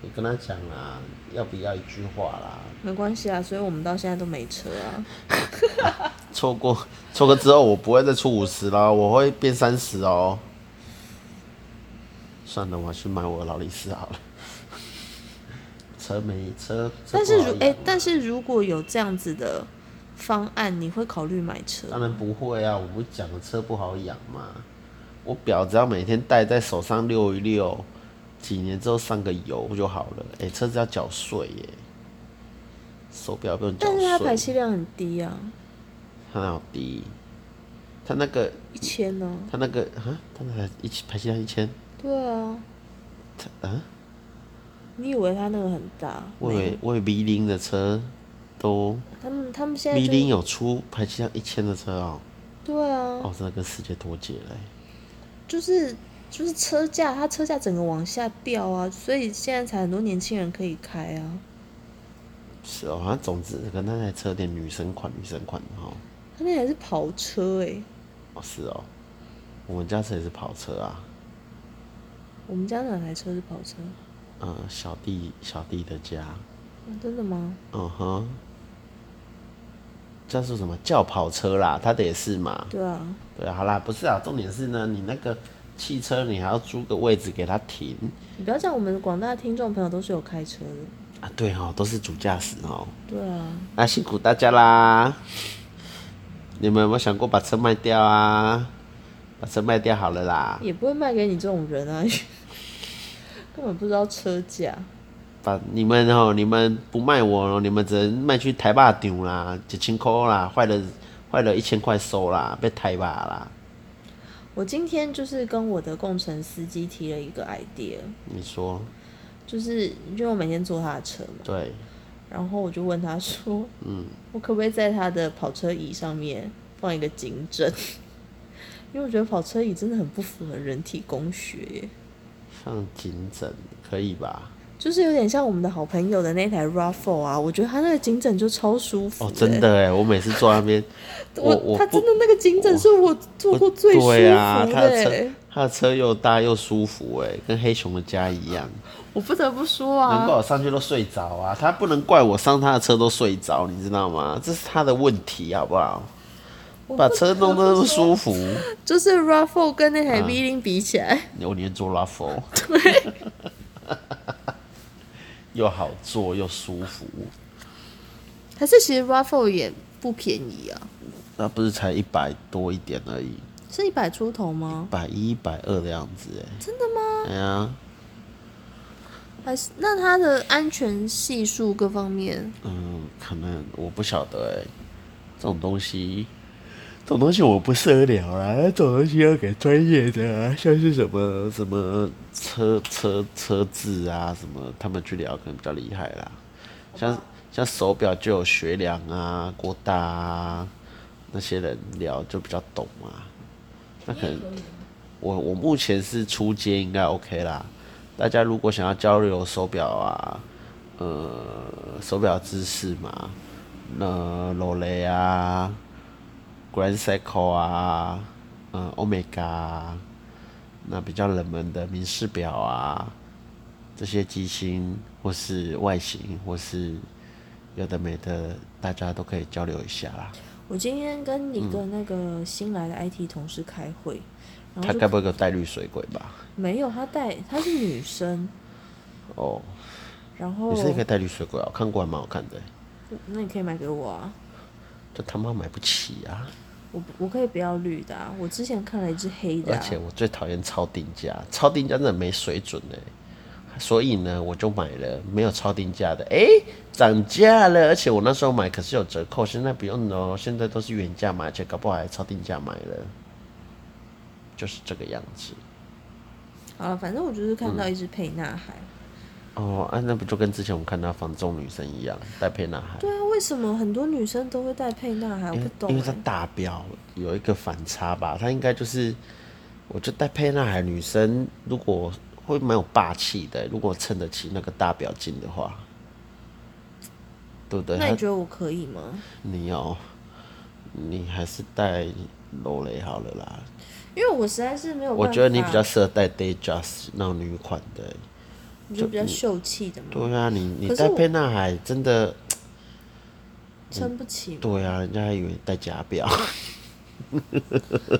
Speaker 1: 你跟他讲啦，要不要一句话啦？
Speaker 2: 没关系啊，所以我们到现在都没车啊。
Speaker 1: 错过错过之后，我不会再出五十啦，我会变三十哦。算了，我去买我的劳力士好了。 车没车，车
Speaker 2: 但
Speaker 1: 不
Speaker 2: 是如
Speaker 1: 好
Speaker 2: 哎、
Speaker 1: 养啊
Speaker 2: 但是如果有这样子的方案，你会考虑买车？
Speaker 1: 当然不会啊，我不讲了车不好养嘛。我表只要每天戴在手上溜一溜，几年之后上个油就好了。哎、车子要缴税耶，手表不用缴
Speaker 2: 但是它排
Speaker 1: 税。
Speaker 2: 气量很低啊，
Speaker 1: 它哪有低？它那个
Speaker 2: 一千呢、
Speaker 1: 它那个啊，它那个一起排气量一千，
Speaker 2: 对啊，
Speaker 1: 它啊，
Speaker 2: 你以为它那个很大？
Speaker 1: 我以
Speaker 2: 没有
Speaker 1: 为我以为 V 零的车都
Speaker 2: 他们他们现在
Speaker 1: V
Speaker 2: 就
Speaker 1: 零有出排气量一千的车哦、
Speaker 2: 对啊，
Speaker 1: 哦，真的跟世界脱节了哎耶、
Speaker 2: 就是就是车价，它车价整个往下掉啊，所以现在才很多年轻人可以开啊。
Speaker 1: 是哦，好像总之跟那台车有点女生款，女生款的哦。
Speaker 2: 它那还是跑车欸诶、
Speaker 1: 哦，是哦，我们家车也是跑车啊，
Speaker 2: 我们家哪台车是跑车？
Speaker 1: 嗯，小弟小弟的家，
Speaker 2: 啊真的吗？
Speaker 1: 嗯哼，叫做什么轿跑车啦，他的也是嘛，
Speaker 2: 对啊，
Speaker 1: 对啊，好啦，不是啊，重点是呢，你那个汽车你还要租个位置给他停
Speaker 2: 你不要讲，我们广大听众朋友都是有开车的。
Speaker 1: 啊，对哦，都是主驾驶哦，
Speaker 2: 对啊，
Speaker 1: 那辛苦大家啦，你们有没有想过把车卖掉啊？把车卖掉好了啦，
Speaker 2: 也不会卖给你这种人啊， 根本不知道车价。
Speaker 1: 把你们哦，你们不卖我哦，你们只能卖去台霸丢啦，一千块啦，坏了坏了一千块收啦，被台霸啦。
Speaker 2: 我今天就是跟我的共乘司机提了一个 idea，
Speaker 1: 你说
Speaker 2: 就是因为我每天坐他的车嘛，
Speaker 1: 对？
Speaker 2: 然后我就问他说，嗯，我可不可以在他的跑车椅上面放一个警枕？ 因为我觉得跑车椅真的很不符合人体工学耶，
Speaker 1: 像颈枕可以吧？
Speaker 2: 就是有点像我们的好朋友的那台 Raffle 啊，我觉得他那个颈枕就超舒服
Speaker 1: 哦，
Speaker 2: 耶
Speaker 1: 真，的哎，我每次坐那边，我
Speaker 2: 我
Speaker 1: 我
Speaker 2: 他
Speaker 1: 不
Speaker 2: 真的那个颈枕是我 坐过最舒服的欸
Speaker 1: 对啊，他的
Speaker 2: 耶
Speaker 1: 车他的车又大又舒服哎，跟黑熊的家一样。
Speaker 2: 我不得不说
Speaker 1: 难怪
Speaker 2: 啊，
Speaker 1: 我上去都睡着啊，他不能怪我上他的车都睡着，你知道吗？这是他的问题好不好？把车弄得那么舒服，
Speaker 2: 就是 Raffle 跟那台
Speaker 1: 啊
Speaker 2: V 零比起来，
Speaker 1: 我宁愿坐 Raffle。
Speaker 2: 对，
Speaker 1: 又好坐又舒服，
Speaker 2: 还是其实 Raffle 也不便宜啊，
Speaker 1: 那不是才一百多一点而已，
Speaker 2: 是一百出头吗？
Speaker 1: 百一、一百二的样子哎。
Speaker 2: 真的吗？
Speaker 1: 哎呀，
Speaker 2: 还是那它的安全系数各方面，
Speaker 1: 嗯，可能我不晓得哎，这种东西，这种东西我不适合聊啦，这种东西要给专业的、啊，像是什么什么车车车质啊，什么他们去聊可能比较厉害啦，像像手表就有学良啊、郭大啊那些人聊就比较懂啊，那可能。我我目前是初阶，应该 OK 啦。大家如果想要交流手表啊，呃，手表知识嘛，那罗雷啊，Grand Seiko 啊，嗯、呃、，Omega，啊那比较冷门的名仕表啊，这些机芯或是外形或是有的没的，大家都可以交流一下啦。
Speaker 2: 我今天跟一个那个新来的 IT 同事开会，然
Speaker 1: 他
Speaker 2: 后
Speaker 1: 该
Speaker 2: 就
Speaker 1: 不会给我带绿水鬼吧？
Speaker 2: 没有她带她是女生，
Speaker 1: 哦，
Speaker 2: 然后
Speaker 1: 女生也可以带绿水鬼啊，我看过还蛮好看的欸、
Speaker 2: 那你可以买给我啊，
Speaker 1: 这他妈买不起啊！
Speaker 2: 我不我可以不要绿的啊，我之前看了一只黑的、
Speaker 1: 而
Speaker 2: 啊，
Speaker 1: 且我最讨厌超定价，超定价真的没水准哎、所以呢，我就买了没有超定价的，哎、涨价了。而且我那时候买可是有折扣，现在不用了哦，现在都是原价买，而且搞不好还超定价买了，就是这个样子。
Speaker 2: 好了，反正我就是看
Speaker 1: 嗯
Speaker 2: 到一只沛纳海，
Speaker 1: 哦，啊，那不就跟之前我们看到房中女生一样，戴佩纳海，
Speaker 2: 对啊，为什么很多女生都会带沛纳海？我
Speaker 1: 因
Speaker 2: 不
Speaker 1: 为
Speaker 2: 懂、
Speaker 1: 因为它
Speaker 2: 欸，
Speaker 1: 大标有一个反差吧，它应该就是，我觉得戴佩纳海女生如果会蛮有霸气的，如果撑得起那个大表镜的话，对不对？
Speaker 2: 那
Speaker 1: 她
Speaker 2: 你觉得我可以吗？
Speaker 1: 你哦，你还是带 l 雷好了啦。
Speaker 2: 因为我实在是没有办法，
Speaker 1: 我觉得你比较适合带 Day Just 那种女款的欸、
Speaker 2: 你就比较秀气的嘛，
Speaker 1: 对啊，你你
Speaker 2: 可是
Speaker 1: 带
Speaker 2: 我
Speaker 1: 沛纳海真的，
Speaker 2: 撑不起嘛。
Speaker 1: 对啊，人家还以为你带假表，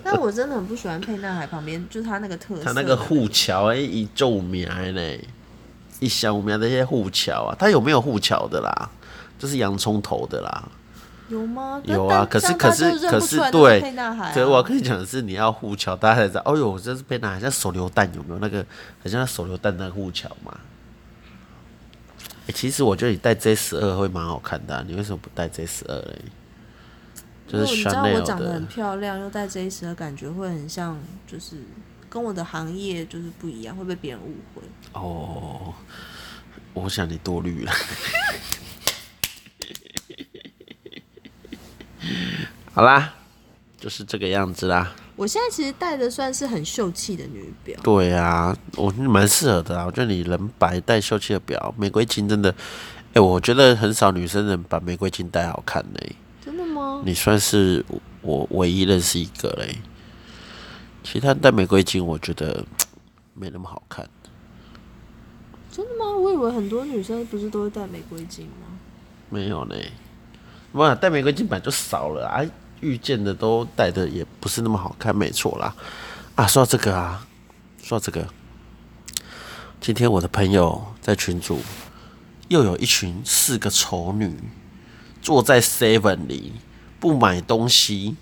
Speaker 2: 但我真的很不喜欢沛纳海旁边，就是它那个特色，
Speaker 1: 他那个护桥哎，一皱名呢，一小名那些护桥啊，他有没有护桥的啦？就是洋葱头的啦，
Speaker 2: 有吗？但
Speaker 1: 有啊。
Speaker 2: 但
Speaker 1: 可是
Speaker 2: 但大
Speaker 1: 可
Speaker 2: 家
Speaker 1: 是
Speaker 2: 都认
Speaker 1: 可
Speaker 2: 不出
Speaker 1: 是
Speaker 2: 来那
Speaker 1: 对
Speaker 2: 沛纳海、啊，，
Speaker 1: 对，我要跟你讲的是，你要护桥，大家才知道。哦呦，这是沛纳海，像手榴弹有没有那个很像手榴弹那个护桥嘛？欸其实我觉得你带 J 十二会蛮好看的啊、你为什么不带 J 十二嘞？
Speaker 2: 因
Speaker 1: 就
Speaker 2: 为
Speaker 1: 是
Speaker 2: 你知道我
Speaker 1: Chanel
Speaker 2: 长得很
Speaker 1: 的，
Speaker 2: 漂亮，又戴 J 十的感觉会很像，就是跟我的行业就是不一样，会被别人误会。
Speaker 1: 哦，我想你多虑了。好啦，就是这个样子啦。
Speaker 2: 我现在其实戴的算是很秀气的女表，
Speaker 1: 对啊，我觉得蛮适合的啊。我觉得你人白戴秀气的表，玫瑰金真的，哎、我觉得很少女生能把玫瑰金戴好看嘞、
Speaker 2: 真的吗？
Speaker 1: 你算是我我唯一认识一个嘞。其他戴玫瑰金，我觉得没那么好看。
Speaker 2: 真的吗？我以为很多女生不是都会戴玫瑰金吗？
Speaker 1: 没有呢，哇，戴玫瑰金本来就少了啊，遇见的都戴的也不是那么好看，没错啦。啊，说到这个啊，说到这个，今天我的朋友在群组又有一群四个丑女坐在 Seven 里不买东西，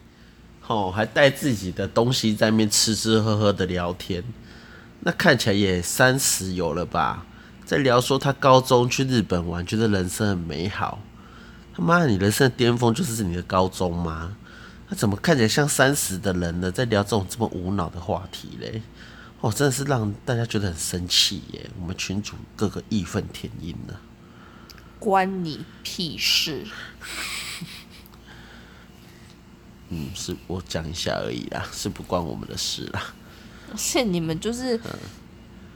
Speaker 1: 哦，还带自己的东西在那边吃吃喝喝的聊天，那看起来也三十有了吧？在聊说他高中去日本玩，觉得人生很美好。他妈，你人生的巅峰就是你的高中吗？他怎么看起来像三十的人呢？在聊这种这么无脑的话题嘞？哦，真的是让大家觉得很生气耶！我们群主各个义愤填膺呢、
Speaker 2: 关你屁事！
Speaker 1: 嗯，是我讲一下而已啦，是不关我们的事啦。
Speaker 2: 而且你们就是，
Speaker 1: 嗯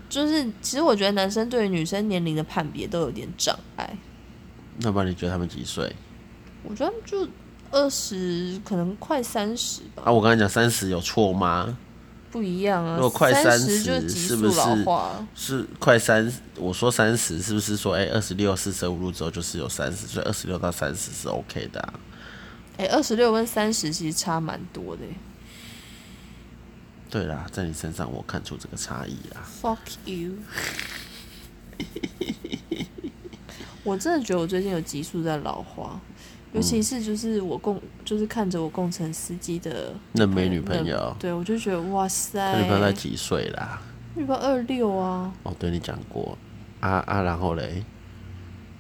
Speaker 2: 就是，其实我觉得男生对于女生年龄的判别都有点障碍。
Speaker 1: 那不然你觉得他们几岁？
Speaker 2: 我觉得他们就二十，可能快三十吧，
Speaker 1: 啊，我刚才讲三十有错吗？
Speaker 2: 不一样啊。
Speaker 1: 如果快
Speaker 2: 三
Speaker 1: 30
Speaker 2: 就是急
Speaker 1: 是
Speaker 2: 速
Speaker 1: 不是
Speaker 2: 老化，
Speaker 1: 是快三，我说三十是不是说，哎、二十六、四舍五入之后就是有三十，所以二十六到三十是 OK 的、啊。
Speaker 2: 哎、二十六跟三十其实差蛮多的欸。
Speaker 1: 对啦，在你身上我看出这个差异啦。
Speaker 2: Fuck you！我真的觉得我最近有急速在老化，尤
Speaker 1: 嗯
Speaker 2: 其是就是我共就是看着我共乘司机的
Speaker 1: 那没女朋友，
Speaker 2: 对我就觉得哇塞，
Speaker 1: 那哦女朋友在几岁啦？
Speaker 2: 日本二六啊，
Speaker 1: 哦，对你讲过啊啊，然后嘞，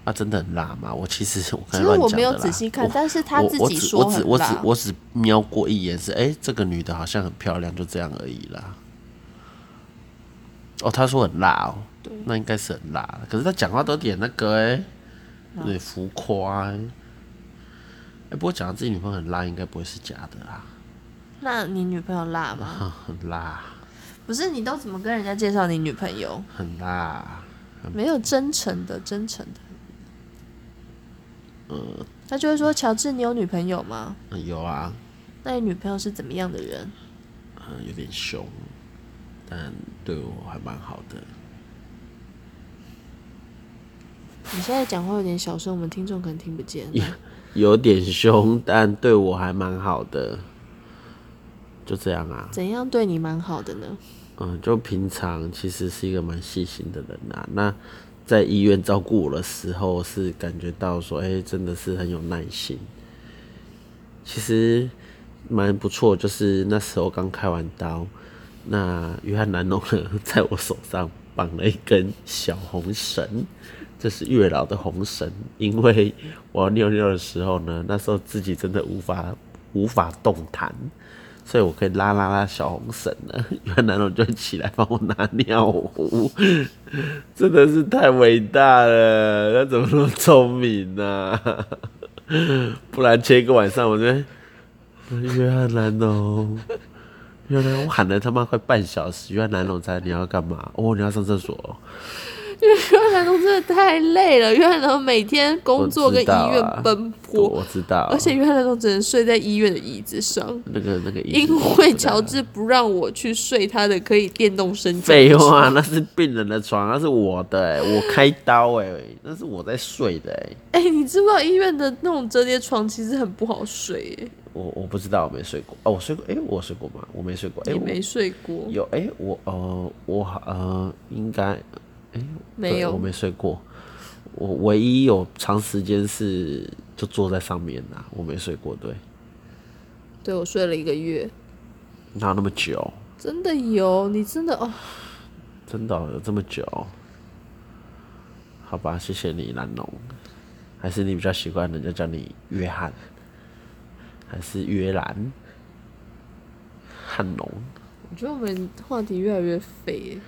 Speaker 1: 啊，真的很辣吗？我其实我刚
Speaker 2: 其
Speaker 1: 才
Speaker 2: 实
Speaker 1: 乱
Speaker 2: 我
Speaker 1: 讲
Speaker 2: 没有
Speaker 1: 的啦
Speaker 2: 仔细看
Speaker 1: 我，
Speaker 2: 但是他
Speaker 1: 我
Speaker 2: 自
Speaker 1: 我
Speaker 2: 己
Speaker 1: 只
Speaker 2: 说
Speaker 1: 我只
Speaker 2: 很
Speaker 1: 我只
Speaker 2: 辣。
Speaker 1: 我只瞄过一眼是，哎、这个女的好像很漂亮，就这样而已啦。哦，他说很辣哦，那应该是很辣，可是他讲话都有点那个哎、有点浮夸、欸。哎、不过讲到自己女朋友很辣，应该不会是假的啦，
Speaker 2: 那你女朋友辣吗？
Speaker 1: 很 辣，
Speaker 2: 不是，你都怎么跟人家介绍你女朋友？
Speaker 1: 很辣。啊
Speaker 2: 没有真诚的，真诚的。他就会说：“乔治，你有女朋友吗？
Speaker 1: 嗯有啊，
Speaker 2: 那你女朋友是怎么样的人？
Speaker 1: 嗯，有点凶，但对我还蛮好的。
Speaker 2: 你现在讲话有点小声，我们听众可能听不见。
Speaker 1: 有点凶，但对我还蛮好的，就这样啊。
Speaker 2: 怎样对你蛮好的呢？
Speaker 1: 嗯，就平常其实是一个蛮细心的人啊。那在医院照顾我的时候，是感觉到说，哎、真的是很有耐心。其实蛮不错，就是那时候刚开完刀，那约翰南农呢，在我手上绑了一根小红绳，这是月老的红绳，因为我要尿尿的时候呢，那时候自己真的无法无法动弹。所以我可以拉拉拉小红绳了， 原来我就起来帮我拿尿壶，真的是太伟大了！他怎么那么聪明呢、 不然前一个晚上我就哎约翰南龙，原来我喊了他妈快半小时，约翰南龙才你要干嘛？哦，你要上厕所哦，
Speaker 2: 因为南农真的太累了，因为南农每天工作跟
Speaker 1: 我
Speaker 2: 医
Speaker 1: 知道啊
Speaker 2: 院奔波，
Speaker 1: 我知道，啊
Speaker 2: 而且因为南农只能睡在医院的椅子上。
Speaker 1: 那个那个医
Speaker 2: 因
Speaker 1: 生
Speaker 2: 为乔治不让我去睡他的可以电动升降
Speaker 1: 废
Speaker 2: 的床
Speaker 1: 话，那是病人的床，那是我的、欸，我开刀哎、那是我在睡的哎、
Speaker 2: 哎、你知不知道医院的那种折叠床其实很不好睡、哎，
Speaker 1: 我我不知道，我没睡过哦，我睡过哎、我睡过吗？我没睡过哎、
Speaker 2: 你
Speaker 1: 我
Speaker 2: 没睡过？
Speaker 1: 有哎、我呃我好呃应该
Speaker 2: 没
Speaker 1: 对
Speaker 2: 有
Speaker 1: 我，没睡过，我唯一有长时间是就坐在上面啦，我没睡过，对，
Speaker 2: 对我睡了一个月，
Speaker 1: 哪有那么久？
Speaker 2: 真的有，你真的哦，
Speaker 1: 真的哦、有这么久？好吧，谢谢你，蓝龙。还是你比较习惯人家叫你约翰，还是约兰？汉龙？
Speaker 2: 我觉得我们话题越来越废、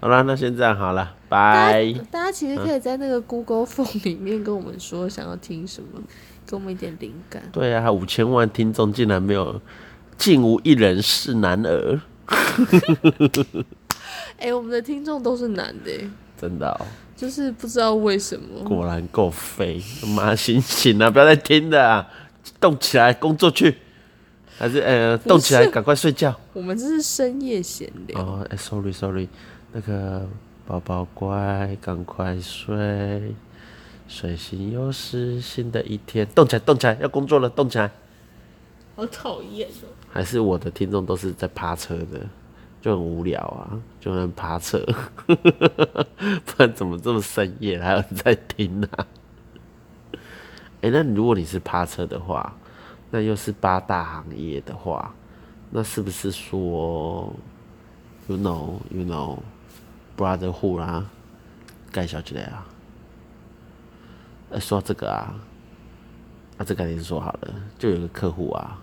Speaker 1: 好啦，那先这样好了，
Speaker 2: 哎
Speaker 1: 拜。
Speaker 2: 大家大家其实可以
Speaker 1: 嗯
Speaker 2: 在那个 Google Form 里面跟我们说想要听什么，给我们一点灵感。
Speaker 1: 对啊，五千万听众竟然没有，竟无一人是男儿，
Speaker 2: 哎、我们的听众都是男的、哎
Speaker 1: 真的、哦，
Speaker 2: 就是不知道为什么。
Speaker 1: 果然够废。妈，醒醒啊，不要再听了、啊，动起来，工作去，还是呃，动起来，
Speaker 2: 不是
Speaker 1: 赶快睡觉。
Speaker 2: 我们这是深夜闲聊，
Speaker 1: 哦、哎 s o r r y sorry，那个宝宝乖，赶快睡，睡醒又是新的一天，动起来，动起来，要工作了，动起来。
Speaker 2: 好讨厌哦。
Speaker 1: 还是我的听众都是在趴车的，就很无聊啊，就能趴车， 不然怎么这么深夜还有人在听呢、啊？哎、那如果你是趴车的话，那又是八大行业的话，那是不是说，you know you know brotherhood 啊，盖小姐啊？哎、说到这个啊，那、这个先说好了，就有一个客户啊，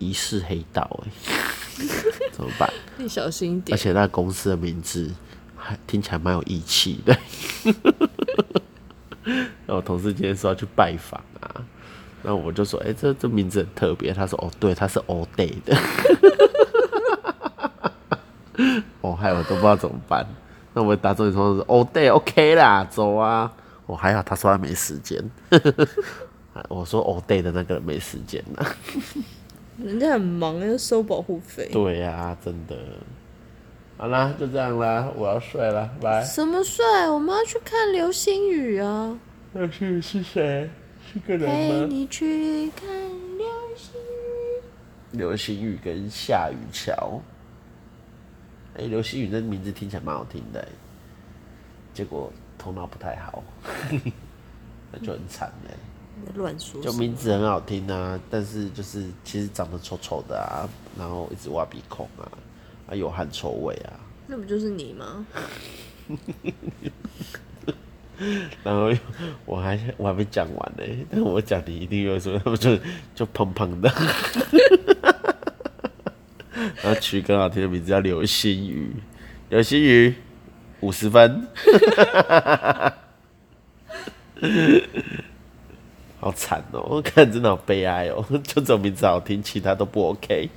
Speaker 1: 疑似黑道、欸，怎么办？
Speaker 2: 你小心一
Speaker 1: 而
Speaker 2: 点。
Speaker 1: 且那公司的名字还听起来蛮有义气的。 那我同事今天说要去拜访啊，那我就说，哎、这这名字很特别。他说，哦，对，他是 all day 的。 哦，害我都不知道怎么办。那我打中你说是 all day OK 啦，走啊。我、还好，他说他没时间。 我说 all day 的那个人没时间啊啦。
Speaker 2: 人家很忙，要收保护费。
Speaker 1: 对呀、真的。好啦，就这样啦，我要睡了，拜。
Speaker 2: 什么睡？我们要去看流星雨啊！
Speaker 1: 那是是谁？是个
Speaker 2: 陪
Speaker 1: 人吗？
Speaker 2: 你去看流星雨。
Speaker 1: 流星雨跟夏雨乔。哎、流星雨这名字听起来蛮好听的欸、结果头脑不太好， 那就很惨嘞、
Speaker 2: 你在乱说什
Speaker 1: 就
Speaker 2: 么？
Speaker 1: 名字很好听啊，但是就是其实长得丑丑的啊，然后一直挖鼻孔啊，啊有汗臭味啊，
Speaker 2: 那不就是你吗？
Speaker 1: 然后又我还我还没讲完呢、但我讲你一定又说他们就就胖胖的，然后取一个很好听的名字叫流星雨，流星雨五十分， 好惨哦、我看真的好悲哀哦、 就这种名字好听，其他都不 OK。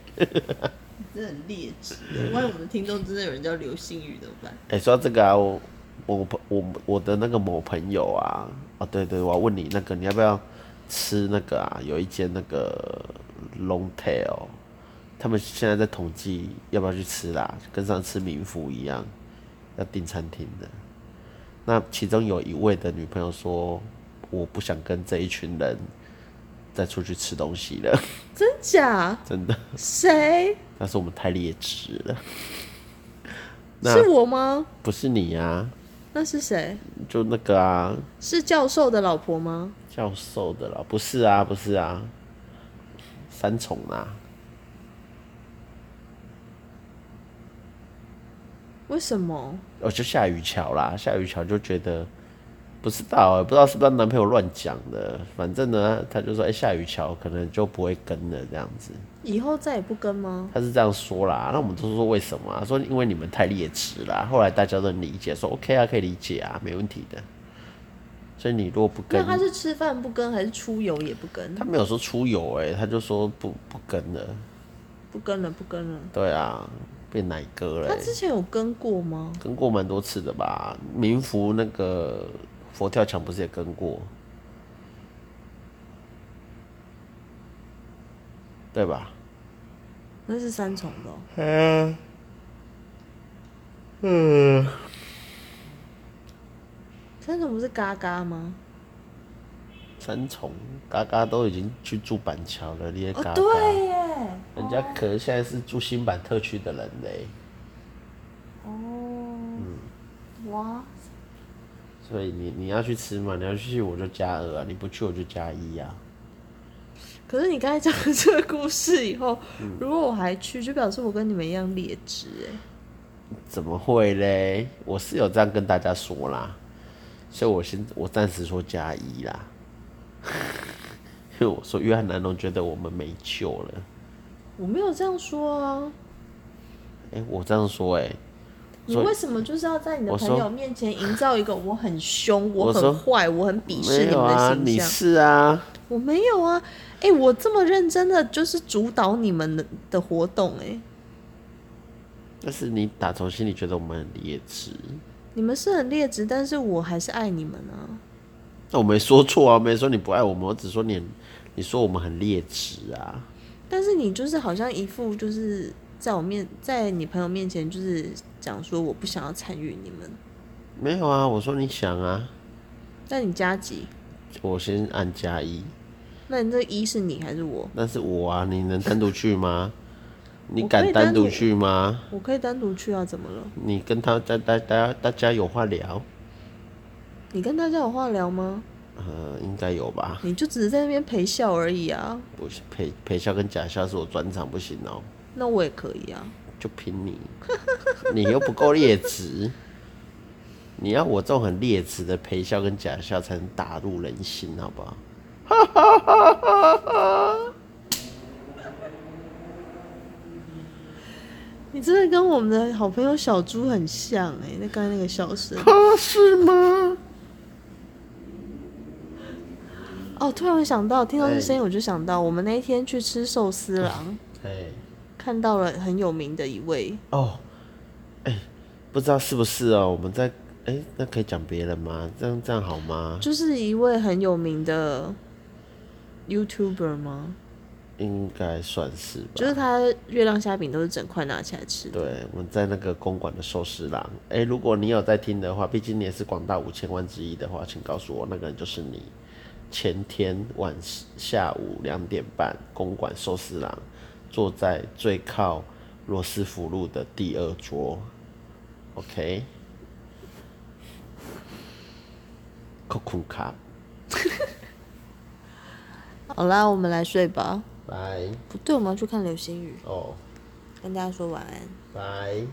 Speaker 2: 真的很劣质。万一我们的听众真的有人叫流星雨怎么办？
Speaker 1: 哎、说到这个啊，我我朋我我的那个某朋友啊，哦对对，我要问你那个，你要不要吃那个啊？有一间那个 Long Tail，他们现在在统计要不要去吃啦，跟上次民福一样，要订餐厅的。那其中有一位的女朋友说，我不想跟这一群人再出去吃东西了，
Speaker 2: 真假？
Speaker 1: 真的，
Speaker 2: 谁？
Speaker 1: 但是我们太劣质了。那
Speaker 2: 是我吗？
Speaker 1: 不是你啊，
Speaker 2: 那是谁？
Speaker 1: 就那个啊，
Speaker 2: 是教授的老婆吗？
Speaker 1: 教授的啦，不是啊，不是啊，三重啊，
Speaker 2: 为什么？
Speaker 1: 哦，就夏雨乔啦，夏雨乔就觉得不知道、欸，不知道是不是她男朋友乱讲的，反正呢，他就说，哎、夏雨乔可能就不会跟了这样子，
Speaker 2: 以后再也不跟吗？
Speaker 1: 他是这样说啦，那我们都说为什么、啊？说因为你们太劣质啦，后来大家都能理解，说 OK 啊，可以理解啊，没问题的。所以你如果不
Speaker 2: 那
Speaker 1: 跟，
Speaker 2: 他是吃饭不跟，还是出游也不跟
Speaker 1: 他？没有说欸出游哎、他就说不不跟了，
Speaker 2: 不跟了，不跟了。
Speaker 1: 对啊，变奶哥嘞、
Speaker 2: 他之前有跟过吗？
Speaker 1: 跟过蛮多次的吧。民福那个佛跳墙不是也跟过，对吧？
Speaker 2: 那是三重的哦、
Speaker 1: 嗯，嗯，
Speaker 2: 三重不是嘎嘎吗？
Speaker 1: 三重嘎嘎都已经去住板桥了，你也
Speaker 2: 哦
Speaker 1: 嘎，嘎，
Speaker 2: 对耶，
Speaker 1: 人家可现在是住新版特区的人嘞，嗯
Speaker 2: 哦，哇，
Speaker 1: 所以你你要去吃嘛，你要去我就加二啊，你不去我就加一啊。
Speaker 2: 可是你刚才讲了这个故事以后，
Speaker 1: 嗯
Speaker 2: 如果我还去，就表示我跟你们一样劣质哎。
Speaker 1: 怎么会嘞？我是有这样跟大家说啦，所以我先我暂时说加一啦， 因为我说约翰南龙觉得我们没救了。
Speaker 2: 我没有这样说啊，
Speaker 1: 哎、我这样说哎、
Speaker 2: 你
Speaker 1: 所以
Speaker 2: 为什么就是要在你的
Speaker 1: 我
Speaker 2: 朋
Speaker 1: 说
Speaker 2: 友面前营造一个我很凶、我
Speaker 1: 我说
Speaker 2: 很坏、我很鄙视
Speaker 1: 没
Speaker 2: 你
Speaker 1: 有
Speaker 2: 们的
Speaker 1: 啊，
Speaker 2: 形
Speaker 1: 你
Speaker 2: 象？
Speaker 1: 是啊，
Speaker 2: 我没有啊，哎、我这么认真的就是主导你们的的活动、哎，
Speaker 1: 但是你打从心里觉得我们很劣质，
Speaker 2: 你们是很劣质，但是我还是爱你们啊。
Speaker 1: 那我没说错啊，没说你不爱我们，我只说你很你说我们很劣质啊。
Speaker 2: 但是你就是好像一副就是在我面，在你朋友面前就是讲说我不想要参与你们，
Speaker 1: 没有啊，我说你想啊，
Speaker 2: 但你加几？
Speaker 1: 我先按加一，
Speaker 2: 那你这一是你还是我？
Speaker 1: 那是我啊，你能单独去吗？你
Speaker 2: 我可
Speaker 1: 敢
Speaker 2: 以单
Speaker 1: 单独
Speaker 2: 独
Speaker 1: 去吗？
Speaker 2: 我可以单独去啊，怎么了？
Speaker 1: 你跟他大大大大家有话聊，
Speaker 2: 你跟大家有话聊吗？
Speaker 1: 呃，应该有吧？
Speaker 2: 你就只是在那边陪笑而已啊。
Speaker 1: 不是陪陪笑跟假笑是我专场，不行哦、
Speaker 2: 那我也可以啊。
Speaker 1: 就凭你， 你又不够劣质，你要我这种很劣质的陪笑跟假笑才能打入人心，好不好？
Speaker 2: 你真的跟我们的好朋友小猪很像哎、那刚才那个笑声。
Speaker 1: 啊，是吗？
Speaker 2: 哦，突然想到，听到这
Speaker 1: 哎
Speaker 2: 声音我就想到，我们那一天去吃寿司郎，
Speaker 1: 哎、
Speaker 2: 看到了很有名的一位，
Speaker 1: 哦，哎、不知道是不是哦、我们在哎、那可以讲别人吗？这样这样好吗？
Speaker 2: 就是一位很有名的 YouTuber 吗？
Speaker 1: 应该算是吧。
Speaker 2: 就是他月亮虾饼都是整块拿起来吃的。
Speaker 1: 对，我们在那个公馆的寿司郎。哎、如果你有在听的话，毕竟你也是广大五千万之一的话，请告诉我那个人就是你。前天晚下午两点半，公馆寿司郎，坐在最靠罗斯福路的第二桌。OK，c o c o 卡，
Speaker 2: 好啦，我们来睡吧。
Speaker 1: 拜
Speaker 2: 不对，我们要去看流星雨。
Speaker 1: 哦，
Speaker 2: 跟大家说晚安。
Speaker 1: 拜。